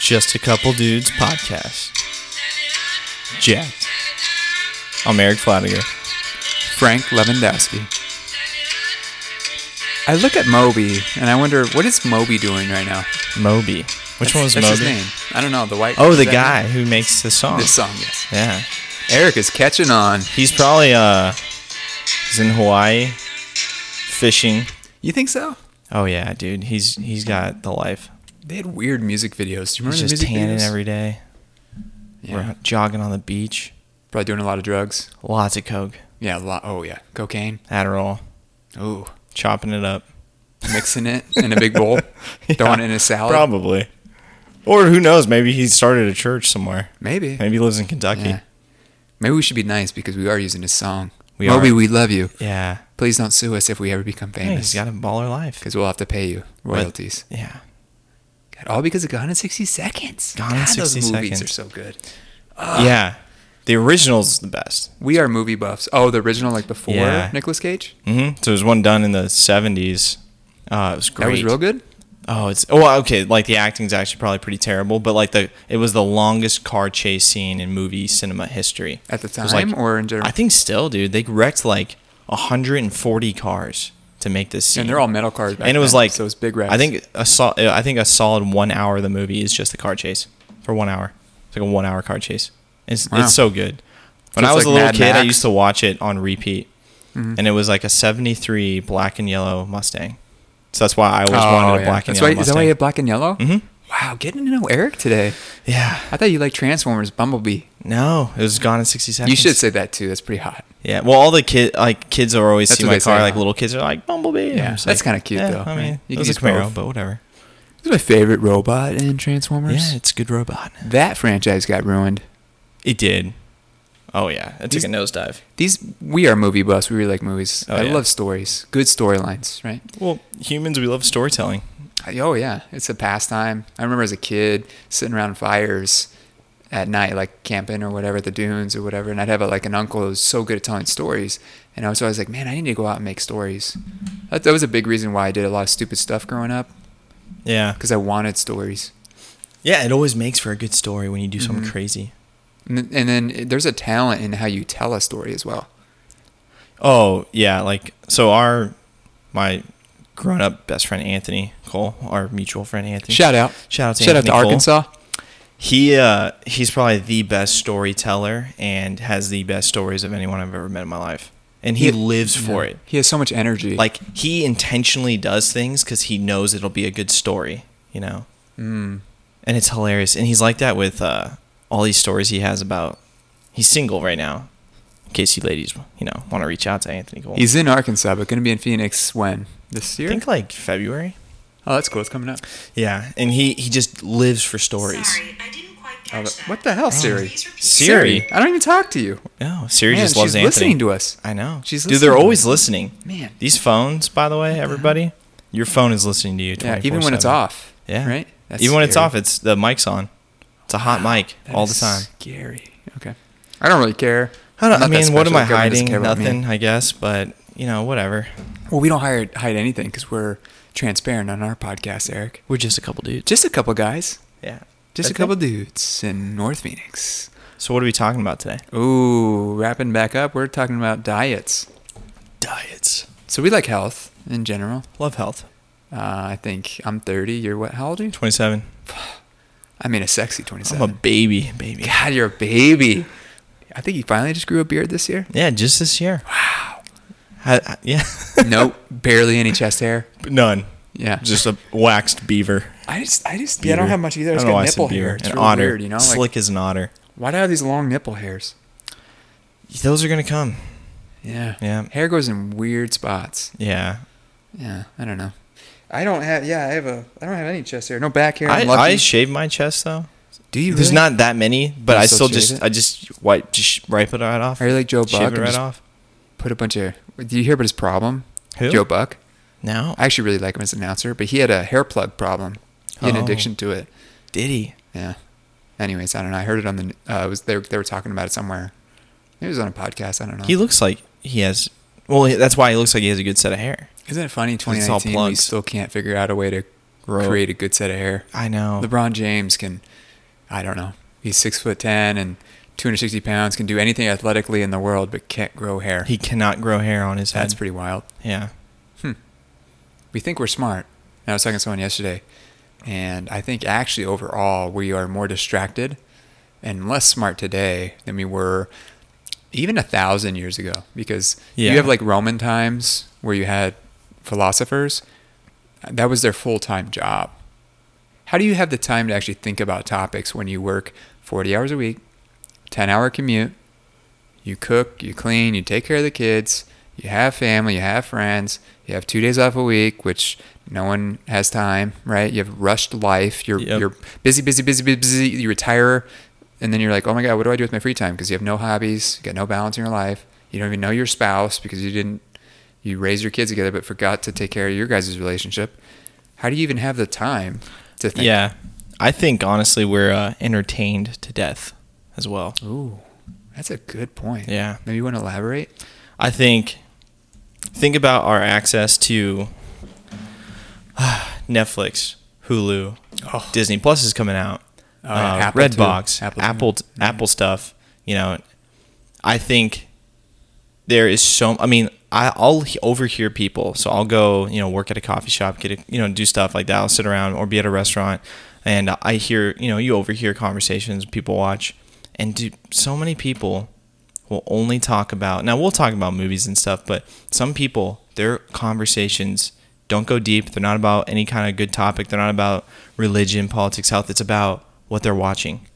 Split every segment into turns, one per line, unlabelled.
Just a Couple Dudes podcast. Jacked. I'm Eric Flatiger.
Frank Lewandowski. I look at Moby and I wonder what is Moby doing right now.
Moby. Which
That's-
one was
that's
Moby?
His name. I don't know. The white.
Oh, the
that-
guy Oh. who makes the song.
This song, yes.
Yeah.
Eric is catching on.
He's probably uh he's in Hawaii fishing.
You think so?
Oh yeah, dude. He's he's got the life.
They had weird music videos. Do you remember
He's
the
just
music
tanning
videos?
every day.
yeah.
We're jogging on the beach.
Probably doing a lot of drugs.
Lots of coke,
Yeah, a lot. Oh yeah, cocaine.
Adderall,
Ooh,
chopping it up.
mixing it in a big bowl, throwing it in a salad.
Probably. Or who knows? Maybe he started a church somewhere.
Maybe.
Maybe he lives in Kentucky.
Yeah. Maybe we should be nice because we are using his song.
We
Moby,
are.
we love you.
Yeah.
Please don't sue us if we ever become
Hey, he's
famous.
got a baller life.
Because we'll have to pay you royalties.
Yeah.
God, all because of Gone in 60 Seconds.
Gone in
God,
60
those movies
Seconds.
are so good.
yeah. The original's the best.
We are movie buffs. Oh, the original, like before
Yeah.
Nicolas Cage?
Mm-hmm. So there's one done in the 70s. Uh, it was great.
That was real good?
Oh, it's well, okay. Like the acting's actually probably pretty terrible, but like the it was the longest car chase scene in movie cinema history
At the
It was, like-
time or in general?
I think still, dude. They wrecked like 140 cars to make this scene,
and they're all metal cars back
and it was
then,
like
So it was big wrecks.
I think a sol- I think a solid one hour of the movie is just the car chase for one hour. It's like a one hour car chase. It's
Wow.
it's so good. When
it's
I was
like
a little
Mad
kid, I
Max? Mm-hmm.
used to watch it on repeat, and it was like a '73 black and yellow Mustang. So that's why I always wanted a
Oh, yeah.
black and
That's
yellow
why, Is that
Mustang.
why you have black and yellow? Mm-hmm. Wow, getting to know Eric today.
yeah.
I thought you liked Transformers, Bumblebee.
No, it was gone in sixty seconds.
You should say that too. That's pretty hot.
Yeah. Well, all the kid like kids are always
That's
see
what
my
they say,
car. like
huh?
little kids are like Bumblebee. and
Yeah,
I'm just
that's
like,
kinda cute,
yeah,
though,
I
right?
mean, it
You can
was a
use
Camaro,
both.
but whatever.
This is my favorite robot in Transformers.
Yeah, it's a good robot.
That franchise got ruined.
It did. Oh yeah, it took
These-
a nosedive.
These we are movie buffs. We really like movies.
Oh,
I
yeah.
love stories. Good storylines, right?
Well, humans, we love storytelling.
I- Oh yeah, it's a pastime. I remember as a kid sitting around fires at night, like camping or whatever, at the dunes or whatever, and I'd have like an uncle who was so good at telling stories, and I was always like, man, I need to go out and make stories. That, that was a big reason why I did a lot of stupid stuff growing up
Yeah.
because I wanted stories.
Yeah, it always makes for a good story when you do something crazy.
And, th- and then there's a talent in how you tell a story as well.
Oh yeah, like so our my grown up best friend Anthony Cole, our mutual friend Anthony.
Shout out.
Shout out to
Shout out
Anthony
to
Cole.
Arkansas.
He uh, he's probably the best storyteller and has the best stories of anyone I've ever met in my life. And he,
He-
lives
Yeah.
for it.
He has so much energy.
Like he intentionally does things because he knows it'll be a good story, you know.
Mm.
And it's hilarious. And he's like that with uh, all these stories he has about. He's single right now, in case you ladies, you know, want to reach out to Anthony Cole.
he's in Arkansas, but going to be in Phoenix when this
I
year.
think like February.
oh, that's cool. It's coming up.
Yeah, and he he just lives for stories.
Sorry, I didn't quite
Oh,
catch
but-
that.
what the hell, Siri?
Please repeat.
Siri.
I don't even talk to you.
No, Oh, Siri
Man,
just loves
she's
Anthony.
listening to us.
I know.
She's
Dude, they're
listening to
always
us.
listening.
Man.
These phones, by the way, everybody, your phone is listening to you. 24
Yeah, even when it's off.
Yeah.
Right? That's
even when it's
scary. Ah,
off, it's the mic's on. It's a hot mic
That
all the
is
time.
Scary. Okay. I don't really care.
I, don't, I
I'm not that
mean, what am
special.
I
Government doesn't
hiding?
care about me.
Nothing, I guess. But you know, whatever.
Well, we don't hide, hide anything because we're transparent on our podcast, Eric.
We're just a couple dudes.
Just a couple guys.
Yeah.
Just
That's
a couple
it.
dudes in North Phoenix.
So what are we talking about today?
Ooh, wrapping back up, we're talking about diets.
Diets.
So we like health in general.
Love health.
Uh, I think I'm 30. You're what? How old are you?
Twenty-seven.
I mean, a sexy 27.
I'm a baby, baby.
God, you're a baby. I think you finally just grew a beard this year.
Yeah, just this year. Wow. I, I- yeah.
nope, barely any chest hair.
None.
Yeah,
Just a waxed beaver.
I just, I just,
Beaver.
I just
don't know
got
why I
nipple
said beaver.
hair. It's
an
real
otter.
weird, you know. Like,
Slick as an otter.
why do I have these long nipple hairs?
Those are gonna come.
Yeah,
Yeah.
Hair goes in weird spots.
Yeah.
Yeah, I don't know. I don't have. Yeah, I have a. I don't have any chest hair. No back hair.
I,
I'm lucky.
I shave my chest though.
do you?
There's
really?
not that many, but
You
I still
still
just
shave it?
I just wipe just wipe it right off.
Are you like Joe
shave
Buck
it
and
right
just-
off.
put a bunch of. Do you hear about his problem?
Who?
Joe Buck.
Now
I actually really like him as an announcer, but he had a hair plug problem. He had
Oh.
an addiction to it.
did he?
Yeah. Anyways, I don't know. I heard it on the. Uh, it was they, were- they were talking about it somewhere. It was on a podcast. I don't know.
He looks like he has. Well, he- that's why he looks like he has a good set of hair.
Isn't it funny?
it's all
2019. We
plugs.
still can't figure out a way to
Grow. Oh.
create a good set of hair.
I know.
LeBron James can I don't know. He's six foot ten and 260 pounds, can do anything athletically in the world, but can't grow hair.
He cannot grow hair on his head.
That's pretty wild.
yeah.
we think we're smart. And I was talking to someone yesterday, and I think actually overall we are more distracted and less smart today than we were even a thousand years ago. Because
Yeah.
you have like Roman times where you had philosophers, that was their full time job. How do you have the time to actually think about topics when you work 40 hours a week, 10 hour commute, you cook, you clean, you take care of the kids, you have family, you have friends, you have two days off a week, which no one has time, right? You have rushed life. You're
Yep.
you're busy, busy, busy, busy, busy. You retire, and then you're like, oh my god, what do I do with my free time? Because you have no hobbies, you got no balance in your life. You don't even know your spouse because you didn't you raise your kids together, but forgot to take care of your guys' relationship. How do you even have the time to think?
Yeah. I think honestly we're uh, entertained to death as well.
Ooh, that's a good point.
Yeah.
Maybe you want to elaborate.
I think think about our access to Netflix, Hulu,
Oh.
Disney Plus is coming out,
Oh, yeah,
uh,
Apple too.
Redbox,
Apple
Apple,
too. Mm-hmm.
Apple, stuff. You know, I think there is so. I mean, I, I'll he- overhear people. So I'll go, you know, work at a coffee shop, get a, you know, do stuff like that. I'll sit around or be at a restaurant, and I hear, you know, you overhear conversations people watch, and do so many people will only talk about. Now we'll talk about movies and stuff, but some people their conversations don't go deep. They're not about any kind of good topic. They're not about religion, politics, health. It's about what they're watching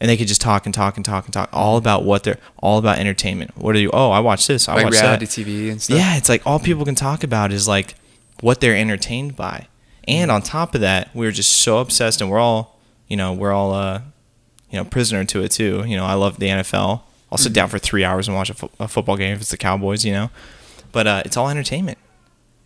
and they could just talk and talk and talk and talk all about what they're all about entertainment. What are you? Oh, I watch this. I
like
watch
reality
that.
TV and stuff.
Yeah, it's like all people can talk about is like what they're entertained by. And on top of that, we're just so obsessed, and we're all, you know, we're all, uh, you know, prisoner to it too. You know, I love the NFL. I'll
Mm-hmm.
sit down for three hours and watch a, fo- a football game if it's the Cowboys, you know, but uh, it's all entertainment.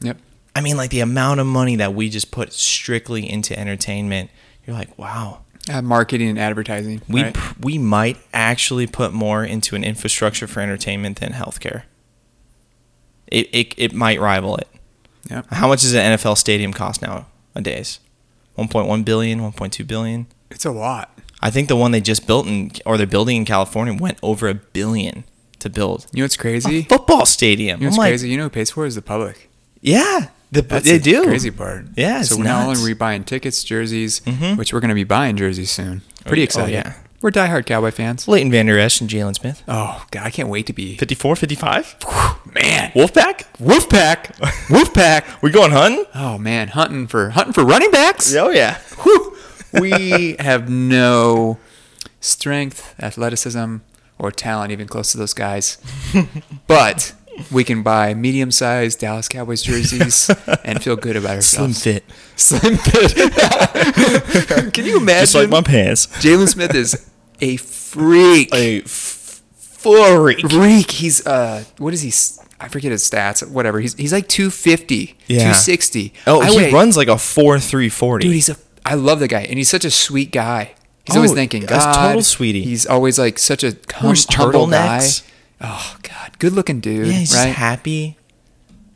Yep.
I mean, like the amount of money that we just put strictly into entertainment. You're like, wow,
Uh, marketing and advertising.
we
right?
pr- we might actually put more into an infrastructure for entertainment than healthcare. It it, it might rival it.
Yep.
How much does an NFL stadium cost nowadays? 1.1 billion, 1.2 billion.
It's a lot.
I think the one they just built in or they're building in California went over a billion to build.
You know what's crazy?
A football stadium.
you know what's
Oh, I'm like,
crazy? You know who pays for it is the public.
yeah, the,
That's
they
the
do.
crazy part.
Yeah,
So
it's
we're not
nuts.
only are we buying tickets, jerseys,
Mhm.
which we're going to be buying jerseys soon. Pretty
Oh,
excited.
yeah.
We're diehard Cowboy fans.
Leighton Vander Esch and Jalen Smith.
Oh God, I can't wait to be
54, 55.
man.
Wolfpack?
Wolfpack. Wolfpack.
We going hunting?
Oh man, hunting for hunting for running backs.
Oh, yeah.
Whew. we have no strength, athleticism, or talent even close to those guys. but we can buy medium-sized Dallas Cowboys jerseys and feel good about
Slim
ourselves.
fit.
Slim fit. can you
Just like
imagine?
my pants.
Jalen Smith is a freak.
a f- freak.
freak. He's uh, what is he? s- I forget his stats. Whatever. He's he's like 250,
Yeah.
260.
Oh,
I
he
weigh-
runs like a four three forty.
dude. He's a. I love the guy, and he's such a sweet guy. He's
Oh,
always thanking
that's
God.
total sweetie.
He's always like such a hum,
Wears
humble guy.
turtlenecks.
Oh God, good looking dude.
yeah, he's
right?
just happy.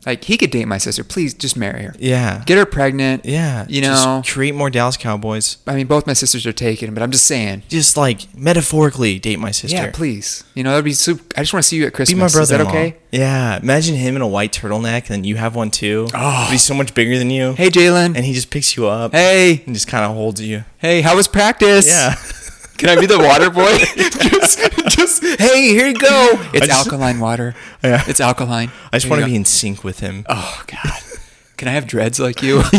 like he could date my sister. Please, just marry her.
Yeah,
Get her pregnant.
yeah.
You
just
know,
create more Dallas Cowboys.
I mean, both my sisters are taken, but I'm just saying.
Just like metaphorically, date my sister.
Yeah, please. You know, that'd be super. I just want to see you at
Be
Christmas.
my brother.
Is that okay?
Yeah. Imagine him in a white turtleneck, and you have one too.
Oh.
But he's so much bigger than you.
Hey, Jalen.
And he just picks you up
hey,
and just kind of holds you.
hey, how was practice?
Yeah.
Can I be the water boy? just, just, hey, here you go. It's
just-
alkaline water.
Yeah.
It's alkaline.
I just
Here
want
you
to
go.
be in sync with him.
Oh, God. Can I have dreads like you?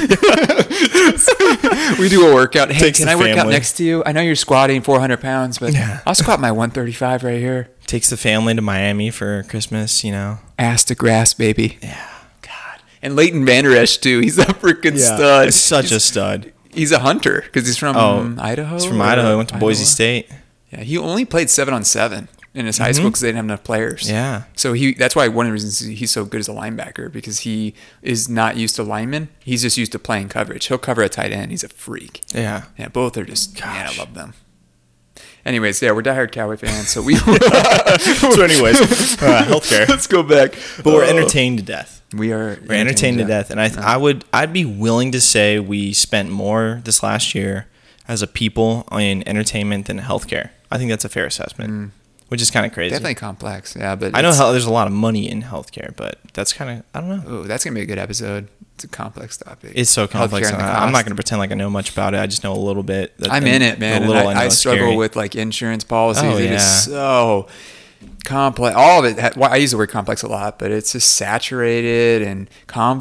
we do a workout. Hey,
Takes
can
the
I work out
family.
next to you? I know you're squatting 400 pounds, but
Yeah.
I'll squat my 135 right here.
Takes the family to Miami for Christmas. You know.
Ass to grass, baby.
Yeah.
God. And Leighton Vander Esch, too. He's a freaking stud.
He's such
he's,
a stud.
He's a hunter because he's from
Oh,
Idaho.
He's from
or-
Idaho. He went to Boise
Iowa.
State. Mm-hmm.
Yeah, he only played seven on seven in his high school because they didn't have enough players.
Yeah.
So he that's why one of the reasons he's so good as a linebacker because he is not used to linemen. He's just used to playing coverage. He'll cover a tight end. He's a freak.
Yeah.
Yeah, both are just man, I
Gosh.
love them. Anyways, yeah, we're diehard Cowboy fans, so we
so, anyways, uh, healthcare.
let's go back.
But we're
Oh.
entertained to death.
We are
We're entertained to death, and I, I would, I'd be willing to say we spent more this last year as a people in entertainment than healthcare. I think that's a fair assessment, which is kind of crazy.
Definitely complex. Yeah, but
I know
it's-
how there's a lot of money in healthcare, but that's kind of I don't know.
Ooh, that's gonna be a good episode. It's a complex topic.
It's so
Healthcare
complex.
and
and
the
I- I'm not
cost.
going to pretend like I know much about it. I just know a little bit. that-
I'm
and
in it,
the
man. and
little
I, I
know is
struggle
scary.
with like insurance policies.
Oh,
It
yeah.
is so complex. All of it. ha- Well, I use the word complex a lot, but it's just saturated and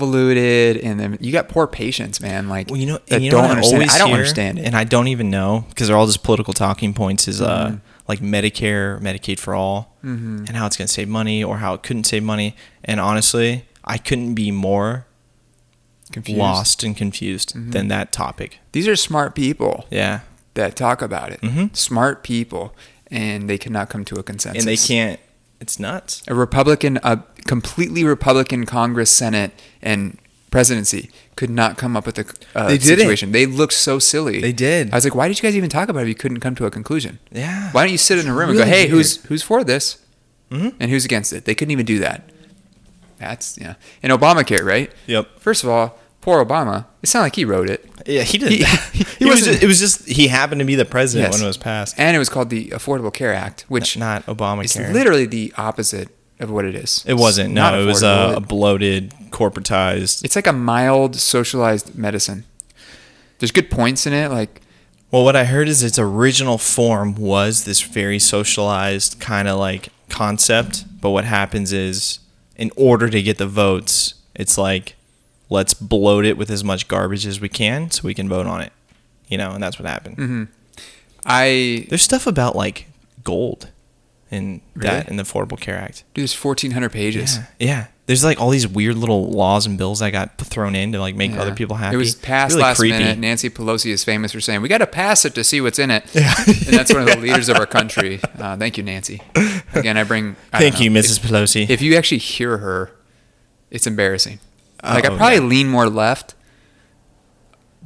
convoluted. And then you got poor patients, man. Like
Well, you know,
that
and you know
don't
what I
understand. it.
always
I don't
hear,
understand it.
and I don't even know because they're all just political talking points. Is uh,
Mm-hmm.
like Medicare, Medicaid for all, and how it's going to save money or how it couldn't save money. And honestly, I couldn't be more
Confused. Mm-hmm.
lost and confused than that topic.
These are smart people
Yeah,
that talk about it.
Mhm.
Smart people, and they cannot come to a consensus.
and they can't. It's nuts.
a Republican, a completely Republican Congress, Senate, and presidency could not come up with a uh,
They didn't.
situation. They looked so silly.
They did.
I was like, why did you guys even talk about it? if You couldn't come to a conclusion.
Yeah.
Why don't you sit in a room and go,
really
hey,
weird.
who's who's for this,
Mhm.
and who's against it? They couldn't even do that. That's yeah. And Obamacare, right?
Yep.
First of all, poor Obama. It sounded like he wrote it.
Yeah, he did.
He-
that.
he
It was.
wasn't-
Just, it was just he happened to be the president
Yes.
when it was passed.
And it was called the Affordable Care Act, which
Not
is
Obamacare.
literally the opposite of what it is.
it wasn't.
Not
No, it was
affordable.
uh, a bloated, corporatized.
It's like a mild socialized medicine. There's good points in it, like
Well, what I heard is its original form was this very socialized kind of like concept. But what happens is, in order to get the votes, it's like, let's bloat it with as much garbage as we can so we can vote on it. You know, and that's what happened.
Mm-hmm. I
There's stuff about like gold in that
Really?
in the Affordable Care Act.
there's 1,400 pages.
Yeah. yeah. There's like all these weird little laws and bills that got thrown in to like make
Yeah.
other people happy.
It was passed
Really
last
creepy.
minute. Nancy Pelosi is famous for saying, "We got to pass it to see what's in it," and that's one of the leaders of our country. Uh, thank you, Nancy. Again, I bring. I don't
Thank you,
know.
Mrs. Pelosi.
If, if you actually hear her, it's embarrassing. Like I
Oh,
probably
yeah.
lean more left,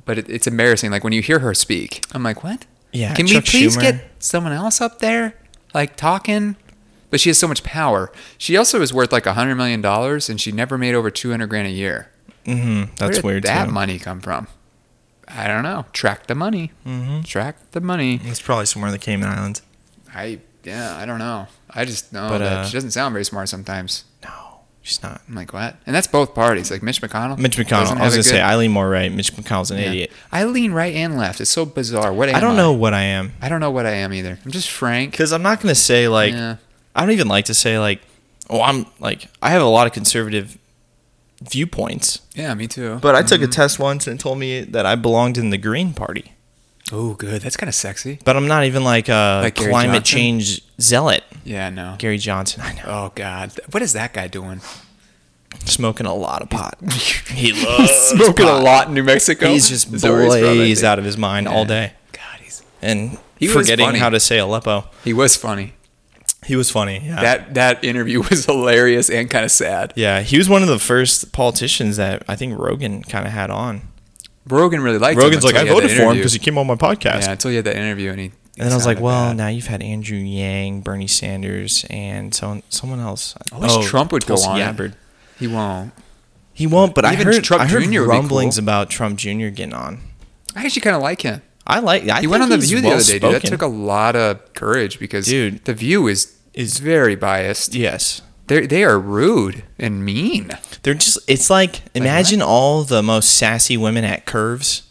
but it, it's embarrassing. Like when you hear her speak, I'm like, "What?
Yeah,
Can
Chuck
we please
Schumer.
get someone else up there, like talking?" But she has so much power. She also is worth like a hundred million dollars, and she never made over two hundred grand a year.
mm-hmm.
Where
That's
did
weird
That
too.
money come from? I don't know. Track the money.
Hmm.
Mm-hmm. Track the money.
It's probably somewhere in the Cayman Islands.
I yeah. I don't know. I just know
But,
that
uh,
she doesn't sound very smart sometimes.
No, she's not.
I'm like what? And that's both parties. Like Mitch McConnell.
Mitch McConnell.
doesn't
I
have
was
a
gonna say
good-
I lean more right. Mitch McConnell's an
yeah.
idiot.
I lean right and left. It's so bizarre. What am
I don't know what I am
I don't know what I am either. I'm just frank.
because I'm not gonna say like
Yeah.
I don't even like to say like oh I'm like I have a lot of conservative viewpoints.
Yeah, me too.
But I
Mm-hmm.
took a test once and it told me that I belonged in the Green Party.
oh, good. That's kind of sexy.
But I'm not even like a
Like Gary
climate
Johnson?
change zealot.
Yeah, no.
Gary Johnson, I know.
Oh God, what is that guy doing?
Smoking a lot of pot. he
He's Oh. Uh, smoking
pot.
a lot in New Mexico.
He's just
Is that where he's from, I
blazed
think?
out of his mind all
Yeah.
day.
God, he's
And
He was
forgetting
funny.
how to say Aleppo.
he was funny.
He was funny. Yeah.
that that interview was hilarious and kind of sad.
yeah, he was one of the first politicians that I think Rogan kind of had on.
Rogan really liked.
Rogan's
him
like,
until
I
he had that
voted for him
interview."
because he came on my podcast.
yeah, until he had that interview, and he. he
And then I was like,
sounded
well,
bad.
now you've had Andrew Yang, Bernie Sanders, and so someone else. Oh,
I wish Trump would go
Tulsi
on.
Gabbard.
He won't.
He won't, but
Even
I heard,
Trump
I heard
Jr. would be cool.
rumblings about Trump Jr. getting on.
I actually kind of like him.
I like. I
He went on the View
View
the other day, dude. That took a lot of courage because
Dude.
the View is
Is-
is very biased.
yes.
They they are rude and mean.
They're just. It's like imagine all the most sassy women at Curves,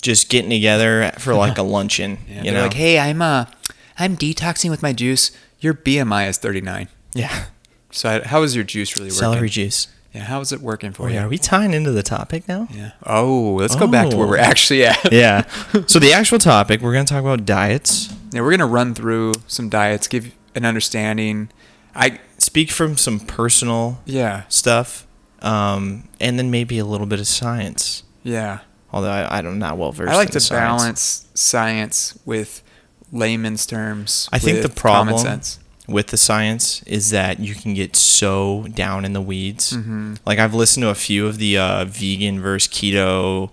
just getting together for like a luncheon. you
they're
know.
like, hey, I'm uh, I'm detoxing with my juice. Your BMI is 39.
yeah.
So I, how is your juice really working?
Celery Oh, juice.
Yeah, how is it working for
Wait,
you?
are we tying into the topic now?
Yeah. Oh, let's go back to where
Oh.
we're actually at.
Yeah. so the actual topic we're gonna talk about diets.
Yeah, we're gonna run through some diets, give an understanding. I
Speak from some personal
yeah
stuff, um, and then maybe a little bit of science.
yeah.
Although I, I'm not well versed.
I like
in
to
science.
balance science with layman's terms.
I think the
with
problem
common sense.
with the science is that you can get so down in the weeds.
Mm-hmm.
Like I've listened to a few of the uh, vegan versus keto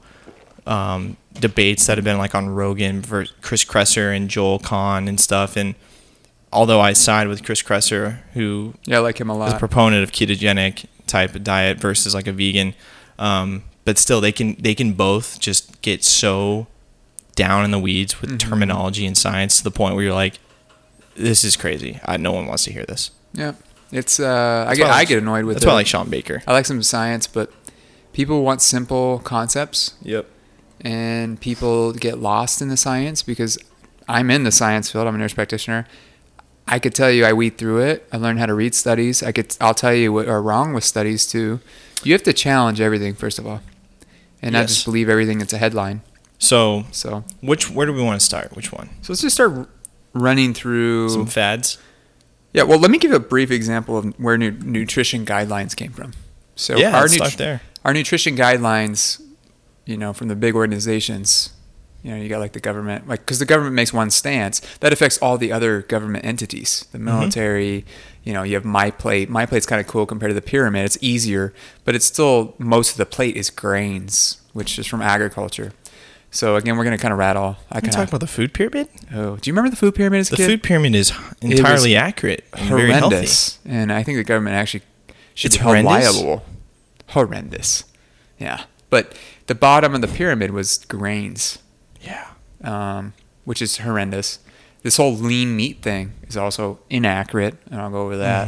um, debates that have been like on Rogan versus Chris Kresser and Joel Kahn and stuff. And although I side with Chris Kresser, who
Yeah, I like him a
is a
lot.
proponent of ketogenic type of diet versus like a vegan, um, but still they can they can both just get so down in the weeds with
Mm-hmm.
terminology and science to the point where you're like, this is crazy. I, no one wants to hear this.
Yeah, it's. Uh, I
That's
get
why
I
like-
get annoyed with.
That's why I
it.
like Sean Baker.
I like some science, but people want simple concepts,
Yep.
and people get lost in the science because I'm in the science field. I'm a nurse practitioner. I could tell you I weed through it. I learned how to read studies. I could. I'll tell you what are wrong with studies too. You have to challenge everything first of all, and not
Yes.
just believe everything that's a headline.
So
So,
which where do we want to start? Which one?
so let's just start running through.
Some fads.
Yeah, well, let me give a brief example of where nu- nutrition guidelines came from. So
yeah,
our,
let's
nut-
start there.
our nutrition guidelines, you know, from the big organizations, you know, you got like the government, like because the government makes one stance that affects all the other government entities,
Mm-hmm.
the military. You know, you have my plate. My plate's kind of cool compared to the pyramid. It's easier, but it's still most of the plate is grains, which is from agriculture. So again, we're gonna kind of rattle.
Can
I
we
kind
talk
of.
about the food pyramid?
Oh, do you remember the food pyramid as a
The
kid?
food pyramid is
was
entirely accurate and very healthy.
horrendous, and I think the government actually should
It's
be held
horrendous?
liable. Horrendous, yeah. But the bottom of the pyramid was grains,
Yeah.
um, which is horrendous. This whole lean meat thing is also inaccurate, and I'll go over that.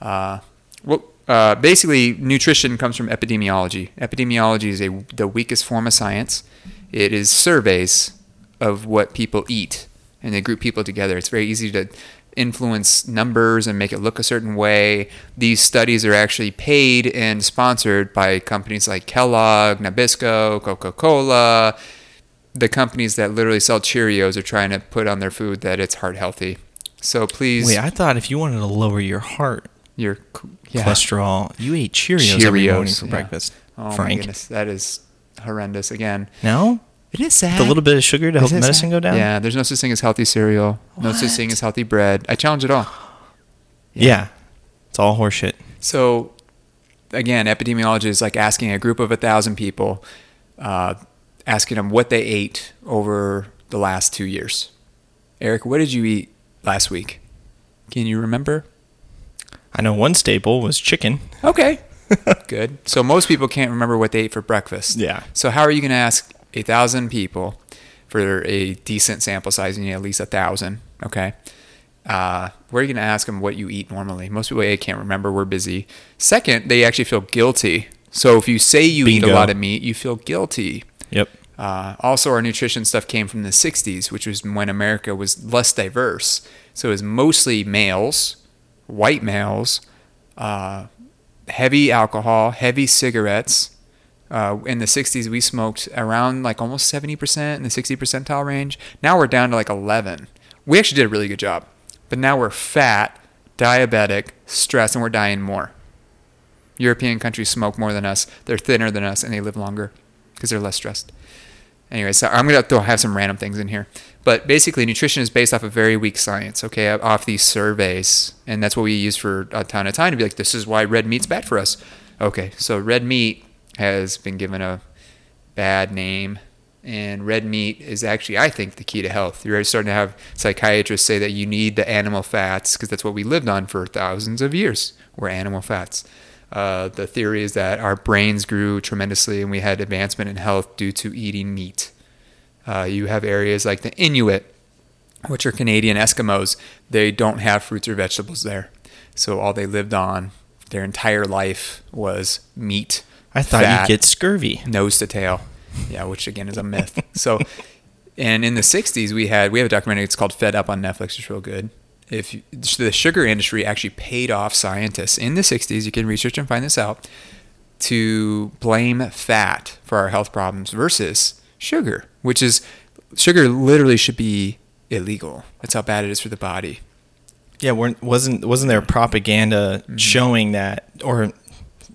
Uh, well, uh, basically, nutrition comes from epidemiology. Epidemiology is a, the weakest form of science. It is surveys of what people eat, and they group people together. It's very easy to influence numbers and make it look a certain way. These studies are actually paid and sponsored by companies like Kellogg, Nabisco, Coca Cola. The companies that literally sell Cheerios are trying to put on their food that it's heart healthy. So please,
Wait, I thought if you wanted to lower your heart
your yeah.
cholesterol, you ate Cheerios, every
Cheerios,
morning for
yeah.
breakfast.
Oh my
Frank.
goodness, that is horrendous. Again,
Now,
it is sad.
the little bit of sugar to help medicine go down.
Yeah, there's no such thing as healthy cereal. No such thing
What?
as healthy bread. I challenge it all.
Yeah. It's all horseshit.
So, again, epidemiology is like asking a group of a thousand people, uh, asking them what they ate over the last two years. Eric, what did you eat last week? Can you remember?
I know one staple was chicken.
Okay. Good. So most people can't remember what they ate for breakfast.
Yeah.
So how are you going to ask a thousand people for a decent sample size? You need at least a thousand. Okay. Uh, where are you going to ask them what you eat normally? Most people a can't remember. We're busy. Second, they actually feel guilty. So if you say you eat a
Bingo.
lot of meat, you feel guilty.
Yep.
Uh, also, our nutrition stuff came from the 60s, which was when America was less diverse. So it was mostly males, white males, uh, heavy alcohol, heavy cigarettes. Uh, in the 60s, we smoked around like almost 70% in the 60 percentile range. Now we're down to like 11. We actually did a really good job, but now we're fat, diabetic, stressed, and we're dying more. European countries smoke more than us. They're thinner than us, and they live longer because they're less stressed. Anyway, so I'm gonna throw, have some random things in here, but basically, nutrition is based off of very weak science. Okay, off these surveys, and that's what we use for a ton of time to be like, this is why red meat's bad for us. Okay, so red meat has been given a bad name, and red meat is actually, I think, the key to health. You're already starting to have psychiatrists say that you need the animal fats because that's what we lived on for thousands of years. We're animal fats. Uh, the theory is that our brains grew tremendously and we had advancement in health due to eating meat. Uh, you have areas like the Inuit, which are Canadian Eskimos. They don't have fruits or vegetables there. So all they lived on their entire life was meat.
I thought
fat,
you'd get scurvy.
nose to tail. Yeah, which again is a myth. So, and in the '60s, we had we have a documentary. It's called "Fed Up" on Netflix. It's real good. If you, the sugar industry actually paid off scientists in the '60s, you can research and find this out to blame fat for our health problems versus sugar, which is sugar literally should be illegal. That's how bad it is for the body.
Yeah, weren't, wasn't wasn't there propaganda showing that, or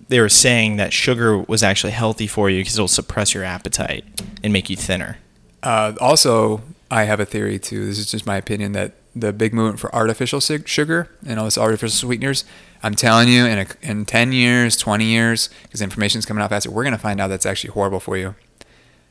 they were saying that sugar was actually healthy for you because it'll suppress your appetite and make you thinner.
Uh, also, I have a theory too. This is just my opinion that the big movement for artificial sig- sugar and all this artificial sweeteners. I'm telling you, in a, in 10 years, 20 years, because information's coming out faster, we're gonna find out that's actually horrible for you.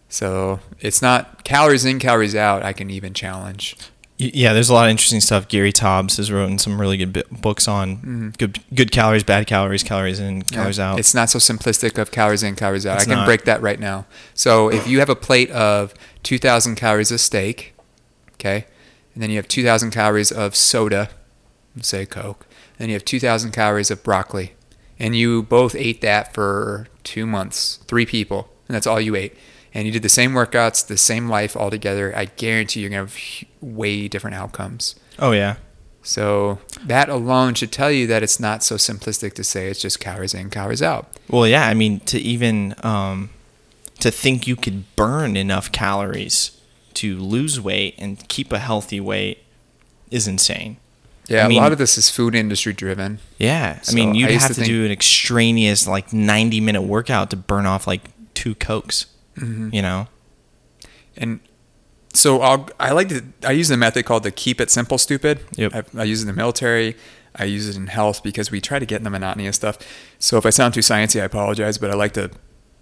So it's not calories in, calories out. I can even challenge.
Y- Yeah, there's a lot of interesting stuff. Gary Tobbs has written some really good bi- books on good good calories, bad calories, calories in, calories
Yeah.
out.
It's not so simplistic of calories in, calories out.
It's
I can
not.
break that right now. So if you have a plate of 2,000 calories of steak, okay, and then you have 2,000 calories of soda, let's say Coke, and you have 2,000 calories of broccoli, and you both ate that for two months, three people, and that's all you ate, and you did the same workouts, the same life all together, I guarantee you're going to have hu- way different outcomes.
oh yeah,
So that alone should tell you that it's not so simplistic to say it's just calories in, calories out.
Well, yeah, I mean, to even um, to think you could burn enough calories to lose weight and keep a healthy weight is insane.
Yeah,
I mean-
a lot of this is food industry driven.
Yeah, I
So
mean, you'd
I used
have
to
to, do an extraneous like ninety minute workout to burn off like two cokes.
Mm-hmm.
You know?
And so I'll, I like to, I use the method called the keep it simple, stupid.
Yep.
I, I use it in the military. I use it in health because we try to get in the monotony of stuff. So if I sound too sciencey, I apologize, but I like to,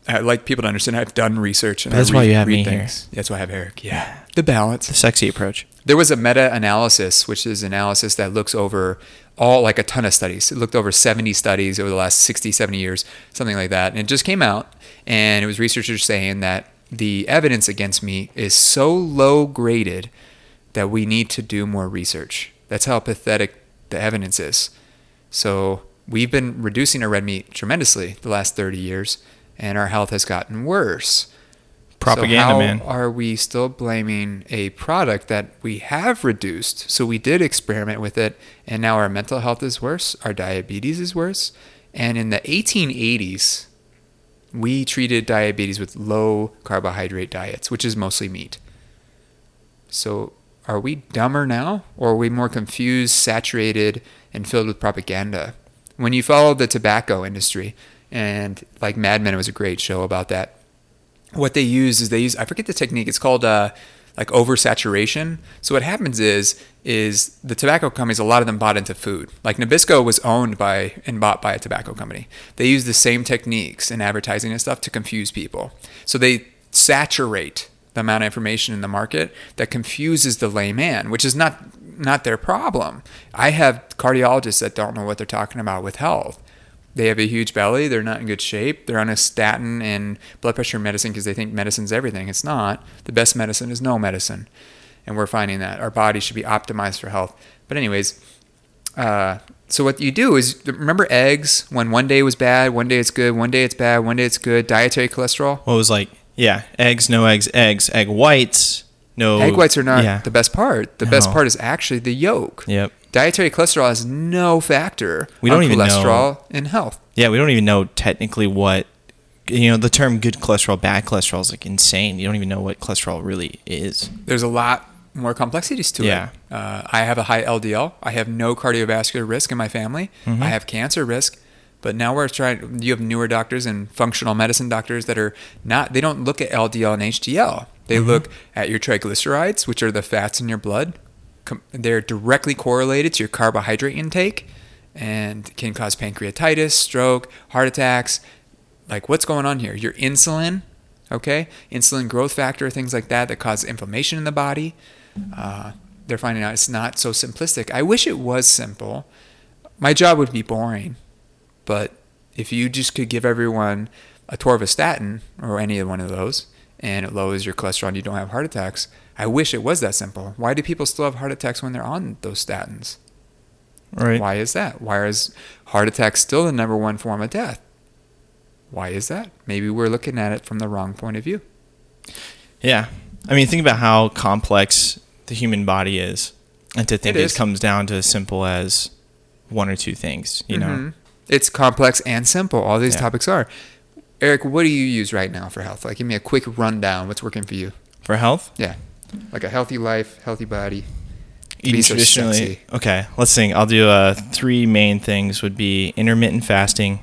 I like people to understand I've done research. And I
That's why
read-
you have
read
me here.
That's why I have Eric. Yeah. The balance.
The sexy approach.
There was a meta analysis, which is analysis that looks over all like a ton of studies. It looked over 70 studies over the last 60, 70 years, something like that. And it just came out, and it was researchers saying that the evidence against me is so low graded that we need to do more research. That's how pathetic the evidence is. So we've been reducing our red meat tremendously the last 30 years, and our health has gotten worse.
Propaganda,
So how
man.
Are we still blaming a product that we have reduced? So we did experiment with it, and now our mental health is worse, our diabetes is worse. And in the 1880s, we treated diabetes with low carbohydrate diets, which is mostly meat. So are we dumber now, or are we more confused, saturated, and filled with propaganda? When you follow the tobacco industry, and like Mad Men was a great show about that what they use is they use I forget the technique. It's called uh, like oversaturation. So what happens is is the tobacco companies a lot of them bought into food. Like Nabisco was owned by and bought by a tobacco company. They use the same techniques in advertising and stuff to confuse people. So they saturate the amount of information in the market that confuses the layman, which is not not their problem. I have cardiologists that don't know what they're talking about with health they have a huge belly. They're not in good shape. They're on a statin and blood pressure medicine because they think medicine's everything. It's not. The best medicine is no medicine. And we're finding that our body should be optimized for health. But, anyways, uh, so what you do is remember eggs when one day was bad, one day it's good, one day it's bad, one day it's good. Dietary cholesterol.
What was like? Yeah, eggs, no eggs, eggs, egg whites, no
Egg whites are not
Oh, Yeah,
the best part. The best
No.
part is actually the yolk.
yep.
Dietary cholesterol has no factor
We don't
on
even know-
cholesterol in health.
Yeah, we don't even know technically what you know. The term "good cholesterol," "bad cholesterol" is like insane. You don't even know what cholesterol really is.
there's a lot more complexities to
Yeah.
it. Uh, I have a high LDL. I have no cardiovascular risk in my family. I have cancer risk. But now we're trying, you have newer doctors and functional medicine doctors that are not, they don't look at LDL and HDL. They look at your triglycerides, which are the fats in your blood. Com- they're directly correlated to your carbohydrate intake and can cause pancreatitis, stroke, heart attacks. Like, what's going on here? Your insulin, okay? Insulin growth factor, things like that that cause inflammation in the body. Uh, they're finding out it's not so simplistic. I wish it was simple. My job would be boring, but if you just could give everyone a torvastatin or any one of those and it lowers your cholesterol and you don't have heart attacks, I wish it was that simple. Why do people still have heart attacks when they're on those statins?
Right.
Why is that? Why is heart attack still the number one form of death? Why is that? Maybe we're looking at it from the wrong point of view.
Yeah. I mean, think about how complex the human body is, and to think
It
it,
is.
comes down to as simple as one or two things. You know,
Mhm. it's complex and simple. All these
Yeah.
topics are. Eric, what do you use right now for health? Like, give me a quick rundown. What's working for you?
for health,
Yeah, like a healthy life, healthy body.
eating
so
traditionally.
sexy.
Okay, let's think. I'll do uh, three main things. Would be intermittent fasting,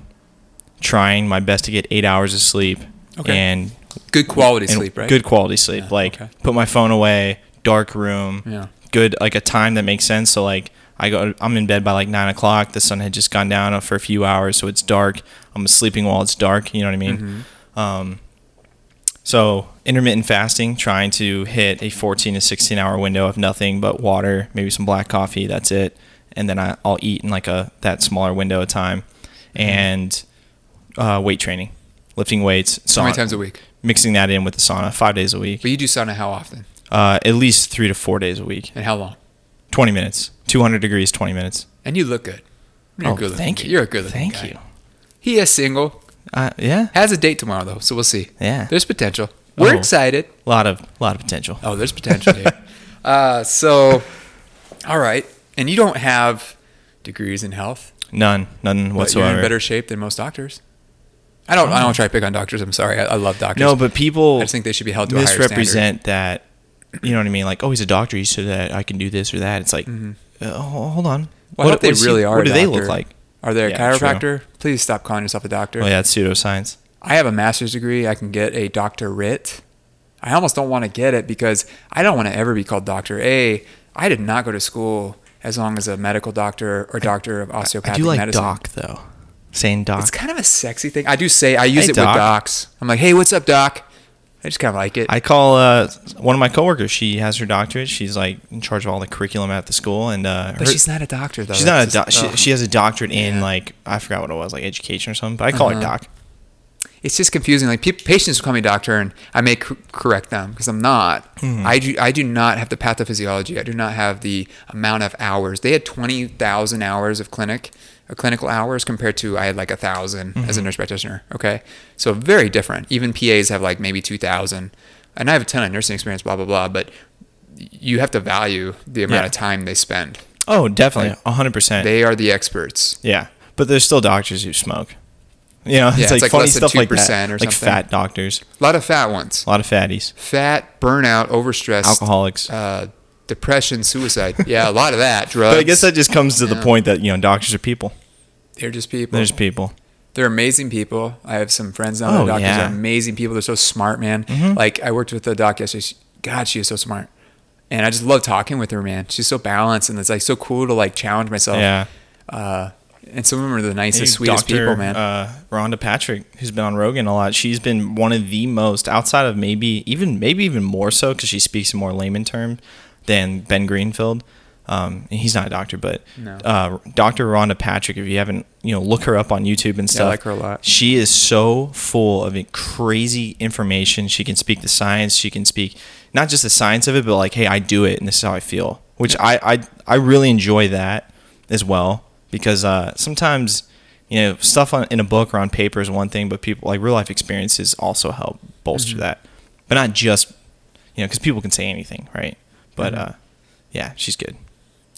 trying my best to get eight hours of sleep,
Okay.
and
Good quality
and
sleep, right?
Good quality sleep.
Yeah,
like
okay.
put my phone away, dark room.
Yeah.
Good like a time that makes sense. So like I go I'm in bed by like nine o'clock. The sun had just gone down for a
Mm-hmm.
few hours, so it's dark. I'm sleeping while it's dark, you know what I mean? Um So intermittent fasting, trying to hit a 14 to 16 hour window of nothing but water, maybe some black coffee. That's it. And then I, I'll eat in like a that smaller window of time,
Mm-hmm.
and uh, weight training, lifting weights,
So many
sauna,
times a week.
mixing that in with the sauna, five days a week,
But you do sauna how often
uh, at least three to four days a week,
and how long?
20 minutes, 200 degrees, 20 minutes.
And you look good. You're a
oh,
good-looking
thank
guy.
you.
You're a good looking
Thank
guy.
you.
He is single.
Uh, yeah,
Has a date tomorrow though, so we'll see.
Yeah.
There's potential. We're
Oh.
excited.
a lot of lot of potential.
Oh, there's potential here. Uh, so, all right. And you don't have degrees in health,
None, none
but you're
whatsoever.
in better shape than most doctors. I don't. I don't try to pick on doctors. I'm sorry. I, I love doctors.
No, but people
I just think they should be held to a higher standard.
misrepresent that. You know what I mean? Like, oh, he's a doctor, he's so that I can do this or that. It's like, uh, ho- hold on.
Mm-hmm. Well, I hope they
is he-
really are.
What do
a
they
doctor.
look like?
Are they a
Yeah,
chiropractor? Please stop calling yourself a doctor.
Oh yeah, it's pseudoscience.
I have a master's degree. I can get a doctorate. I almost don't want to get it because I don't want to ever be called doctor. A, I did not go to school as long as a medical doctor or doctor of osteopathic
I do like
medicine.
doc though. Saying doc.
It's kind of a sexy thing. I do say I use
Hey,
it with
doc.
docs. I'm like, hey, what's up, doc? I just kind of like it.
I call uh, one of my coworkers. She has her doctorate. She's like in charge of all the curriculum at the school, and uh,
but
her-
she's not a doctor though.
she's not a
That's
doc.
just-
She,
ugh.
she has a doctorate in
Yeah.
like I forgot what it was, like education or something. But I call her
Uh-huh.
doc.
it's just confusing. Like peop patients will call me doctor, and I may cor- correct them because I'm not. I do. I do not have the pathophysiology. I do not have the amount of hours. They had twenty thousand hours of clinic, or clinical hours, compared to I had like a 1000 as a nurse practitioner. Okay, so very different. Even PAs have like maybe two thousand, and I have a ton of nursing experience. Blah blah blah. But you have to value the amount
Yeah.
of time they spend.
Oh, definitely, hundred percent.
They are the experts.
Yeah, but there's still doctors who smoke. You know, it's,
it's
like,
like
funny
less than
stuff like that,
2% or
like
something.
fat doctors,
A lot of fat ones.
a lot of fatties,
Fat, burnout, overstress,
alcoholics.
uh, depression, suicide. Yeah, a lot of that. Drugs.
but I guess that just comes to the
yeah.
point that you know doctors are people.
they're just people.
There's people.
they're amazing people. I have some friends now. that
Oh,
are doctors
yeah. Mm-hmm.
are amazing people. They're so smart, man. Like I worked with a doc yesterday. She, God, she is so smart. And I just love talking with her, man. She's so balanced, and it's like so cool to like challenge myself.
Yeah.
Uh, and some of them are the nicest,
Hey,
sweetest
Dr.,
people, man.
Uh, Rhonda Patrick, who's been on Rogan a lot, she's been one of the most outside of maybe even maybe even more so because she speaks in more layman terms than Ben Greenfield. Um, and he's not a doctor, but
No.
uh, Dr. Rhonda Patrick, if you haven't, you know, look her up on YouTube and stuff.
like her a lot.
She is so full of crazy information. She can speak the science. She can speak not just the science of it, but like, hey, I do it, and this is how I feel. Which I I, I really enjoy that as well because uh, sometimes you know stuff on, in a book or on paper is one thing, but people like real life experiences also help bolster that, but not just you know because people can say anything, right? But uh, yeah, she's good.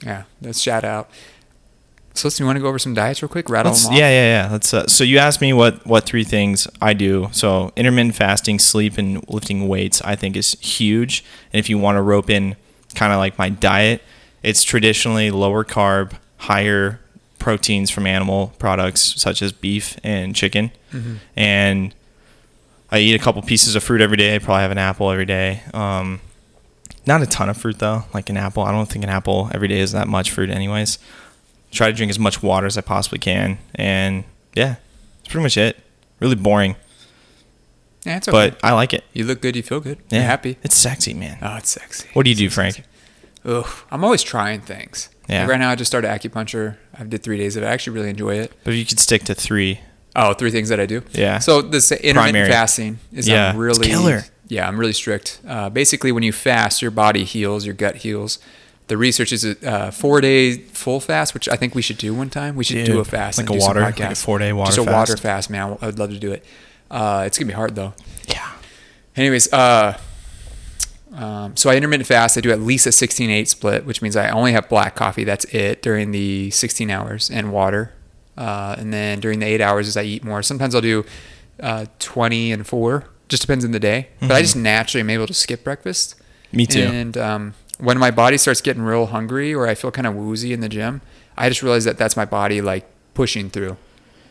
yeah, that's shout out. So listen, you want to go over some diets real quick? Rattle
Let's,
them off.
yeah, yeah, yeah. Let's. Uh, so you asked me what what three things I do. So intermittent fasting, sleep, and lifting weights. I think is huge. And if you want to rope in kind of like my diet, it's traditionally lower carb, higher proteins from animal products such as beef and chicken, and I eat a couple pieces of fruit every day. I probably have an apple every day. Um, not a ton of fruit though, like an apple. I don't think an apple every day is that much fruit, anyways. Try to drink as much water as I possibly can, and yeah, that's pretty much it. Really boring,
Yeah, it's okay.
but I like it.
you look good. You feel good.
Yeah,
Oh. You're happy.
It's sexy, man.
Oh, it's sexy.
What do you do, Frank?
Ugh, I'm always trying things.
Yeah.
Like right now, I just started acupuncture. I did three days of it. I actually really enjoy it.
But if you could stick to three,
Oh, three things that I do.
Yeah.
So this intermittent
Primary.
fasting is
Yeah,
yeah.
it's
I'm really
killer.
Yeah, I'm really strict. Uh, basically, when you fast, your body heals, your gut heals. The research is a uh, four day full fast, which I think we should do one time. We should do
Dude,
a fast,
like
and
a
do some
water- like a
podcasts.
four-day water
just a
fast.
water fast, man. I w- I would love to do it. Uh, it's gonna be hard though.
yeah,
Anyways, uh, um, so I intermittent fast. I do at least a 16-8 split, which means I only have black coffee. That's it during the 16 hours and water. Uh, and then during the eight hours, is I eat more. Sometimes I'll do uh, 20 and four. Just depends on the day. But I just naturally am able to skip breakfast.
Mm-hmm. Me too.
And um, when my body starts getting real hungry or I feel kind of woozy in the gym, I just realize that that's my body like pushing through.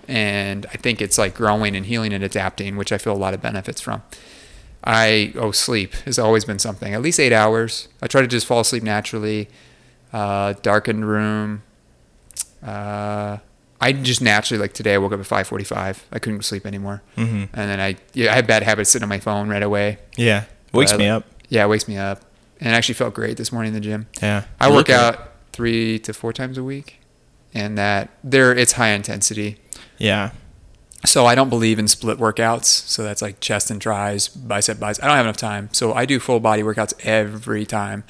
And I think it's like growing and healing and adapting, which I feel a lot of benefits from. I oh sleep has always been something. At least eight hours. I try to just fall asleep naturally. Uh, darkened room. Uh, I just naturally like today. I woke up at five forty-five. I couldn't sleep anymore, mm-hmm. and then I yeah, I have bad habits sitting on my phone right away.
Yeah. Wakes
But I
me
li-
up.
Yeah, it wakes me up, and I actually felt great this morning in the gym.
Yeah.
I
You
work
look
out
great.
three to four times a week, and that there it's high intensity.
Yeah.
So I don't believe in split workouts. So that's like chest and tries, bicep, bicep. I don't have enough time. So I do full body workouts every time.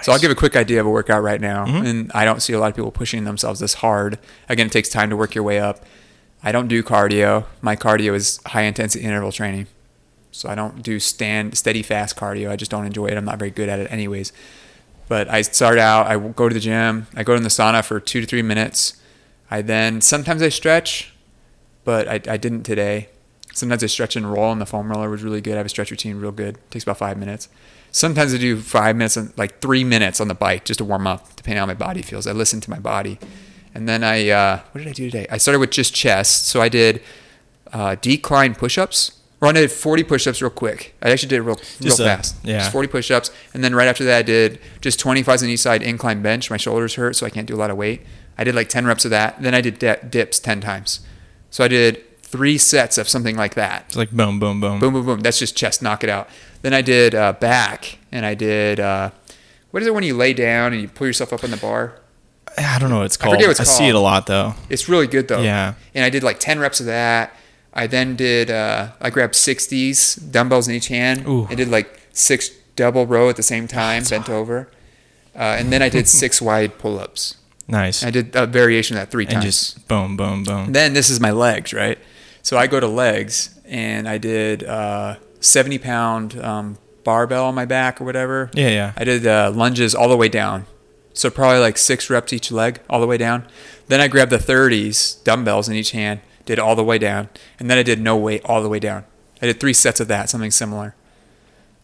So I'll
Nice.
give a quick idea of a workout right now. And I don't see a lot of people pushing themselves this hard. Again, it takes time to work your way up. I don't do cardio. My cardio is high intensity interval training. So I don't do stand steady fast cardio. I just don't enjoy it. I'm not very good at it anyways. But I start out, I go to the gym, I go in the sauna for 2 to 3 minutes. I then sometimes I stretch, but I, I didn't today. Sometimes I stretch and roll, and the foam roller was really good. I have a stretch routine, real good. takes about five minutes. Sometimes I do five minutes, on, like three minutes on the bike, just to warm up, depending on how my body feels. I listen to my body, and then I uh, what did I do today? I started with just chest, so I did uh, decline push-ups. Or I did 40 push-ups real quick. I actually did it real, real
Just a-
fast.
yeah.
Just 40 push-ups, and then right after that, I did just 25s on each side incline bench. My shoulders hurt, so I can't do a lot of weight. I did like 10 reps of that. Then I did di- dips 10 times. So I did three sets of something like that.
It's like boom, boom, boom.
Boom, boom, boom. That's just chest, knock it out. Then I did uh, back, and I did uh, what is it when you lay down and you pull yourself up on the bar?
I don't know what it's
forget
called. I,
what it's
see it a
called.
lot though.
It's really good though.
Yeah.
And I did like 10 reps of that. I then did, uh, I grabbed 60s, dumbbells in each hand.
Ooh.
I did like six double row at the same time, bent over. Uh, and then I did six wide pull ups.
Nice.
I did a variation of that three
and
times.
just boom, boom, boom.
then this is my legs, right? So I go to legs and I did uh, 70 pound um, barbell on my back or whatever.
Yeah, yeah.
I did uh, lunges all the way down. So probably like six reps each leg, all the way down. Then I grabbed the 30s, dumbbells in each hand, did all the way down. And then I did no weight all the way down. I did three sets of that, something similar.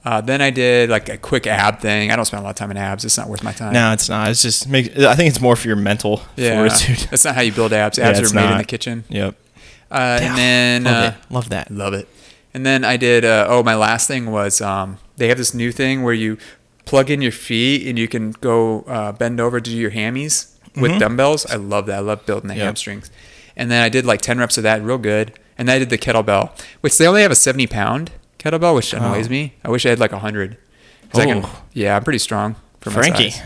Uh, then I did like a quick ab thing. I don't spend a lot of time in abs. It's not worth my time.
no, it's not. It's just make. I think it's more for your mental
Yeah.
fortitude.
That's not how you build abs.
Yeah,
Abs
it's
are made in the
not.
kitchen.
Yep.
Uh,
Yeah.
and then
love,
uh,
it. love that.
Love it. And then I did. Uh, oh, my last thing was um, they have this new thing where you plug in your feet and you can go uh, bend over to do your hammies
Mm-hmm.
with dumbbells. I love that. I love building the
Yeah.
hamstrings. And then I did like ten reps of that, real good. And then I did the kettlebell, which they only have a seventy pound kettlebell, which annoys me. I wish I had like hundred.
Oh.
yeah, I'm pretty strong for my
Frankie.
size.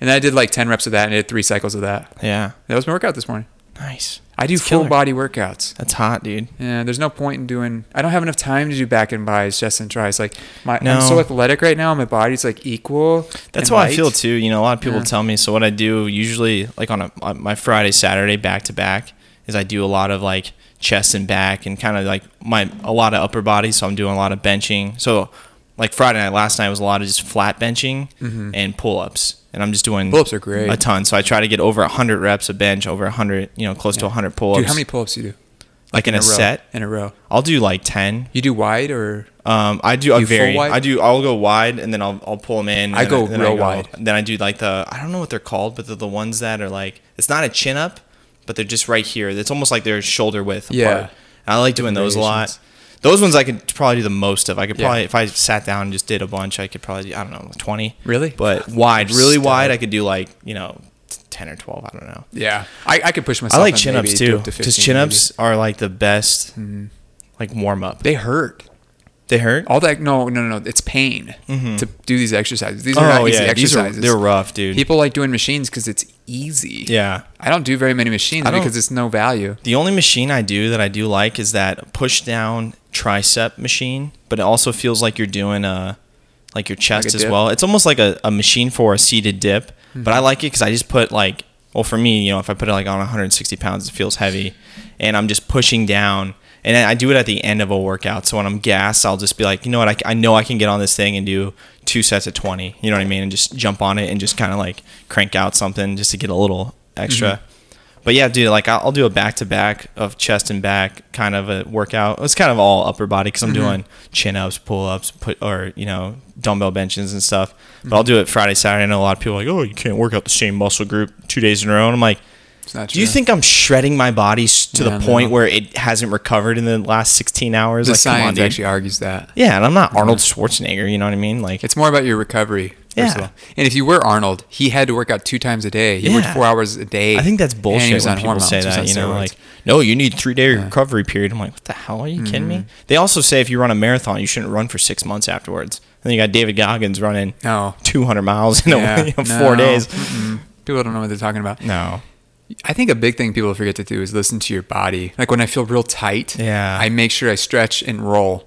And then I did like ten reps of that, and I did three cycles of that.
Yeah.
That was my workout this morning.
Nice.
I do
That's
full
killer.
body workouts.
That's hot, dude.
Yeah, there's no point in doing. I don't have enough time to do back and buys, chest and tries. Like my, I'm
No.
so athletic right now. My body's like equal.
That's
and
how I
light.
feel too. You know, a lot of people
Yeah.
tell me. So what I do usually, like on, a, on my Friday, Saturday back to back, is I do a lot of like chest and back and kind of like my a lot of upper body. So I'm doing a lot of benching. So like Friday night, last night was a lot of just flat benching and pull ups, and I'm just doing
Pull-ups are great.
a ton. So I try to get over 100 reps a bench, over 100, you know, close to 100 pull ups.
Dude, how many pull-ups do you do?
like in, a,
row,
set?
In a row.
I'll do like 10.
You do wide or
Um, I do. I
You full
vary.
wide?
I do. I'll go wide, and then I'll I'll pull them in. and
I
then
go
then
real wide.
Then I do like the I don't know what they're called, but they're the ones that are like it's not a chin up, but they're just right here. It's almost like they're shoulder width apart.
Yeah.
And I like doing those a lot.
Variations.
Those ones I could probably do the most of. I could
Yeah.
probably if I sat down and just did a bunch, I could probably do, I don't know twenty.
Really?
But wide, really wide, I could do like you know t- ten or twelve. I don't know.
yeah, I, I could push myself.
I like
and
chin ups
maybe do
too,
up to
because
15,
chin ups are like the best, like warm up.
maybe. They hurt.
They hurt.
All that. No, no, no. no. It's pain to do these exercises. These are
Mm-hmm.
not easy
Oh, these are
exercises.
they're rough, dude.
People like doing machines because it's easy.
Yeah.
I don't do very many machines
I don't-
because it's no value.
The only machine I do that I do like is that push down tricep machine, but it also feels like you're doing a like your chest
Like a
as
dip? Hmm.
well. It's almost like a, a machine for a seated dip, but I like it because I just put like well for me, you know, if I put it like on 160 pounds, it feels heavy, and I'm just pushing down. And I do it at the end of a workout. So when I'm gassed, I'll just be like, you know what? I, c- I know I can get on this thing and do two sets of 20. You know what I mean? And just jump on it and just kind of like crank out something just to get a little extra.
Mm-hmm.
But yeah, dude, like I'll I'll do a back to back of chest and back kind of a workout. It's kind of all upper body because I'm
Mm-hmm.
doing chin ups, pull ups, put or you know dumbbell benches and stuff. But I'll do it Friday, Saturday. I know a lot of people are like, oh, you can't work out the same muscle group two days in a row. And I'm like,
It's not
do you
true.
think I'm shredding my body s- to
Yeah,
the point
no.
where it hasn't recovered in the last 16 hours?
the
like, come on,
science Mm-hmm.
dude.
actually argues that?
Yeah, and I'm not Arnold Schwarzenegger. You know what I mean? Like,
It's more about your recovery First
Yeah.
of all. And if you were Arnold, he had to work out two times a day. He worked
Yeah.
four hours a day.
I think that's
and he
bullshit
was
when
on
people say
hormones. He was
that.
on
You know,
steroids.
like, no, you need three day recovery period. I'm like, what the hell? Are you kidding
Mm-hmm.
me? They also say if you run a marathon, you shouldn't run for six months afterwards. And then you got David Goggins running
No.
200 miles in a,
Yeah.
you know, four
No.
days.
Mm-mm. People don't know what they're talking about.
No.
I think a big thing people forget to do is listen to your body. Like when I feel real tight,
Yeah. Mm-hmm.
I make sure I stretch and roll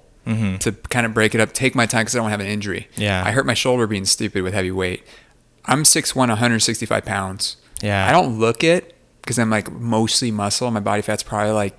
to kind of break it up, take my time because I don't have an injury.
Yeah.
I hurt my shoulder being stupid with heavy weight. I'm 6'1", 165 pounds.
Yeah.
I don't look it because I'm like mostly muscle. My body fat's probably like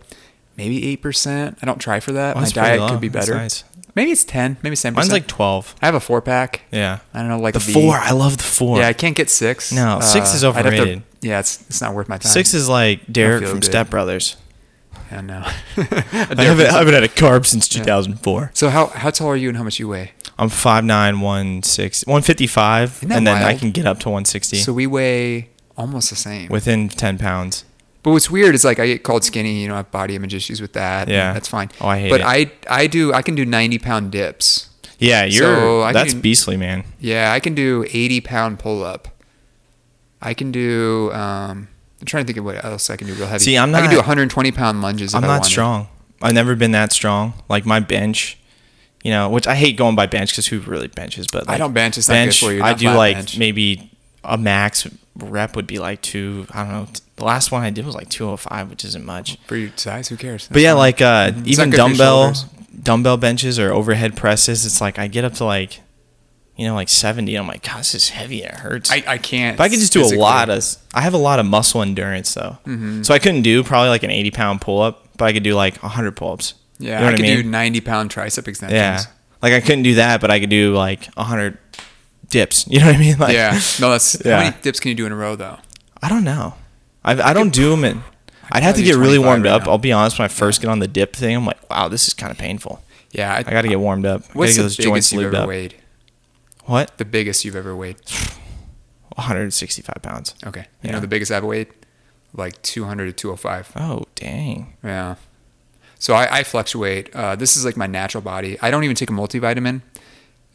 maybe 8%. I don't try for that.
Oh,
my
that's pretty
diet
low.
could be
That's
better.
nice.
Maybe it's 10, maybe it's 10%.
Mine's like 12.
I have a four pack.
Yeah.
I don't know, like
The
a V.
four. I love the four.
Yeah, I can't get six. Uh,
No, six is
I'd have to-
overrated.
yeah, it's, it's not worth my time.
Six is like Derek
feel
from
good.
Step Brothers.
I know.
I haven't, I haven't had a carb since 2004.
so how how tall are you and how much you weigh?
I'm 5'9", 160 155,
that
and then I
wild?
can get up to 160
So we weigh almost the same.
within 10 pounds.
but what's weird is like I get called skinny. You know, I have body image issues with that. and
Yeah.
that's fine.
Oh, I hate
but
it.
I I do I can do ninety pound dips.
Yeah, you're
So I
that's
can-
beastly, man.
Yeah, I can do eighty pound pull up. I can do. um I'm trying to think of what else I can do real heavy.
See, I'm
I can
not-
do 120 pound lunges. If
I'm
I
not
wanted.
strong. I've never been that strong. Like my bench, you know, which I hate going by bench because who really benches? But
I
like,
don't bench, it's not good for you,
I
not
do
flat
like
bench.
maybe a max rep would be like two. I don't know. t- The last one I did was like 205, which isn't much.
for your size. Who cares?
But yeah, like uh,
It's not
even
good for your
dumbbell
shoulders.
dumbbell benches or overhead presses, it's like I get up to like, you know, like 70. And I'm like, God, this is heavy. and It hurts.
I, I can't.
If I could just do
physically.
a lot
Mm-hmm.
of, I have a lot of muscle endurance though, so I couldn't do probably like an eighty pound pull up, but I could do like hundred pull ups.
Yeah, I could do 90 pound tricep extensions.
yeah, like I couldn't do that, but I could do like hundred dips. You know what I mean? Like,
yeah. No, that's
Yeah.
how many dips can you do in a row though?
I don't know. I I don't do them. And I'd have to
probably
get
do
really
25
warmed
right
up.
now.
I'll be honest. When I first get on the dip thing, I'm like, wow, this is kind of painful.
Yeah,
I got to get warmed up. I gotta
What's
get
the
those
biggest
joints
you've
lubed
ever
up.
weighed?
What?
The biggest you've ever weighed?
165 pounds.
Okay, you
Yeah.
know the biggest I've weighed, like 200 to 205.
Oh dang.
Yeah. So I, I fluctuate. Uh, this is like my natural body. I don't even take a multivitamin.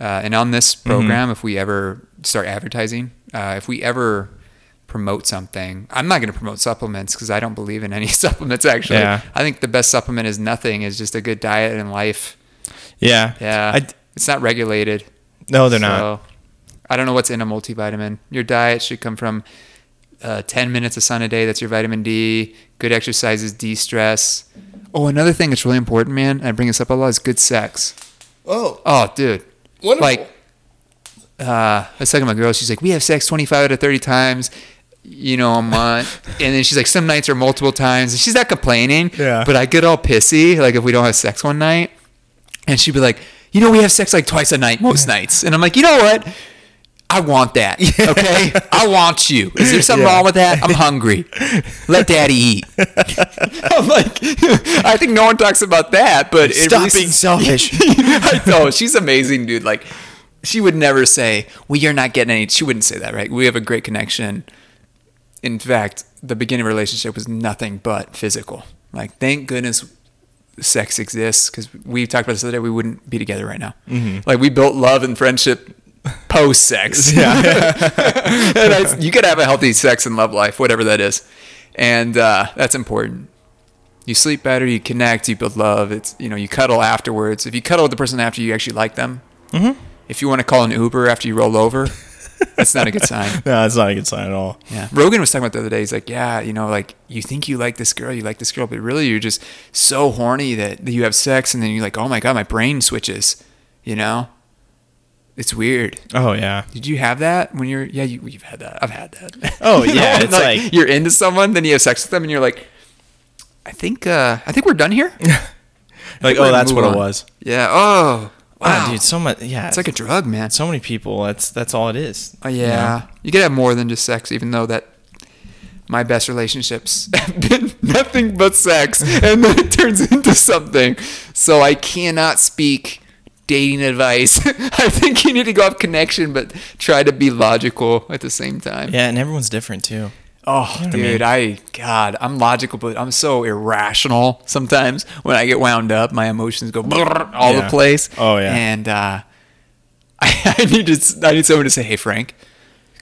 Uh, and on this
Mm-hmm.
program, if we ever start advertising, uh, if we ever promote something, I'm not going to promote supplements because I don't believe in any supplements. Actually,
Yeah.
I think the best supplement is nothing. Is just a good diet and life.
Yeah.
Yeah,
I,
it's not regulated.
no, they're not.
I don't know what's in a multivitamin. Your diet should come from uh, 10 minutes of sun a day. That's your vitamin D. Good exercises, de stress. Oh, another thing that's really important, man, and I bring this up a lot, is good sex.
Oh,
Oh, dude.
Wonderful.
Like, uh, I was talking to my girl. She's like, we have sex 25 out of 30 times, you know, a month. and then she's like, some nights are multiple times. And she's not complaining.
Yeah.
But I get all pissy, like, if we don't have sex one night. And she'd be like, you know, we have sex like twice a night most nights. And I'm like, you know what? I want that. Okay. I want you. Is there something
Yeah.
wrong with that? I'm hungry. Let daddy eat. I'm like, I think no one talks about that, but it
stop
releases-
being selfish.
I know she's amazing, dude. Like, she would never say, "Well, you're not getting any." She wouldn't say that, right? We have a great connection. In fact, the beginning of the relationship was nothing but physical. Like, thank goodness sex exists because we talked about this the other day. We wouldn't be together right now. Like, we built love and friendship post sex. Yeah, and I, you gotta have a healthy sex and love life, whatever that is, and uh, that's important you sleep better, you connect, you build love. It's you know you cuddle afterwards. If you cuddle with the person after you actually like them, if you want to call an Uber after you roll over, that's not a good sign.
No, that's not a good sign at all.
Yeah. Rogan was talking about the other day. He's like, yeah, you know, like you think you like this girl, you like this girl, but really you're just so horny that, that you have sex and then you're like, oh my god, my brain switches. You know, it's weird.
Oh yeah.
Did you have that when you're? Yeah, you, you've had that. I've had that.
Oh, yeah,
it's
it's
like,
like-
you're into someone, then you have sex with them, and you're like, I think, uh, I think we're done here.
Like,
We're
oh,
gonna
that's
move
what
on.
it was.
Yeah. Oh. Wow,
Wow, dude, so much. Yeah,
It's like a drug, man.
so many people. That's that's all it is.
Oh, yeah. You could have more than just sex, even though that my best relationships have been nothing but sex, and then it turns into something. So I cannot speak dating advice. I think you need to go off connection, but try to be logical at the same time.
Yeah, and everyone's different too.
Oh,
what I
dude, I God, I'm logical, but I'm so irrational sometimes. When I get wound up, my emotions go brrr all
Yeah.
the place.
Oh, yeah.
and uh, I, I need to, I need someone to say, "Hey, Frank,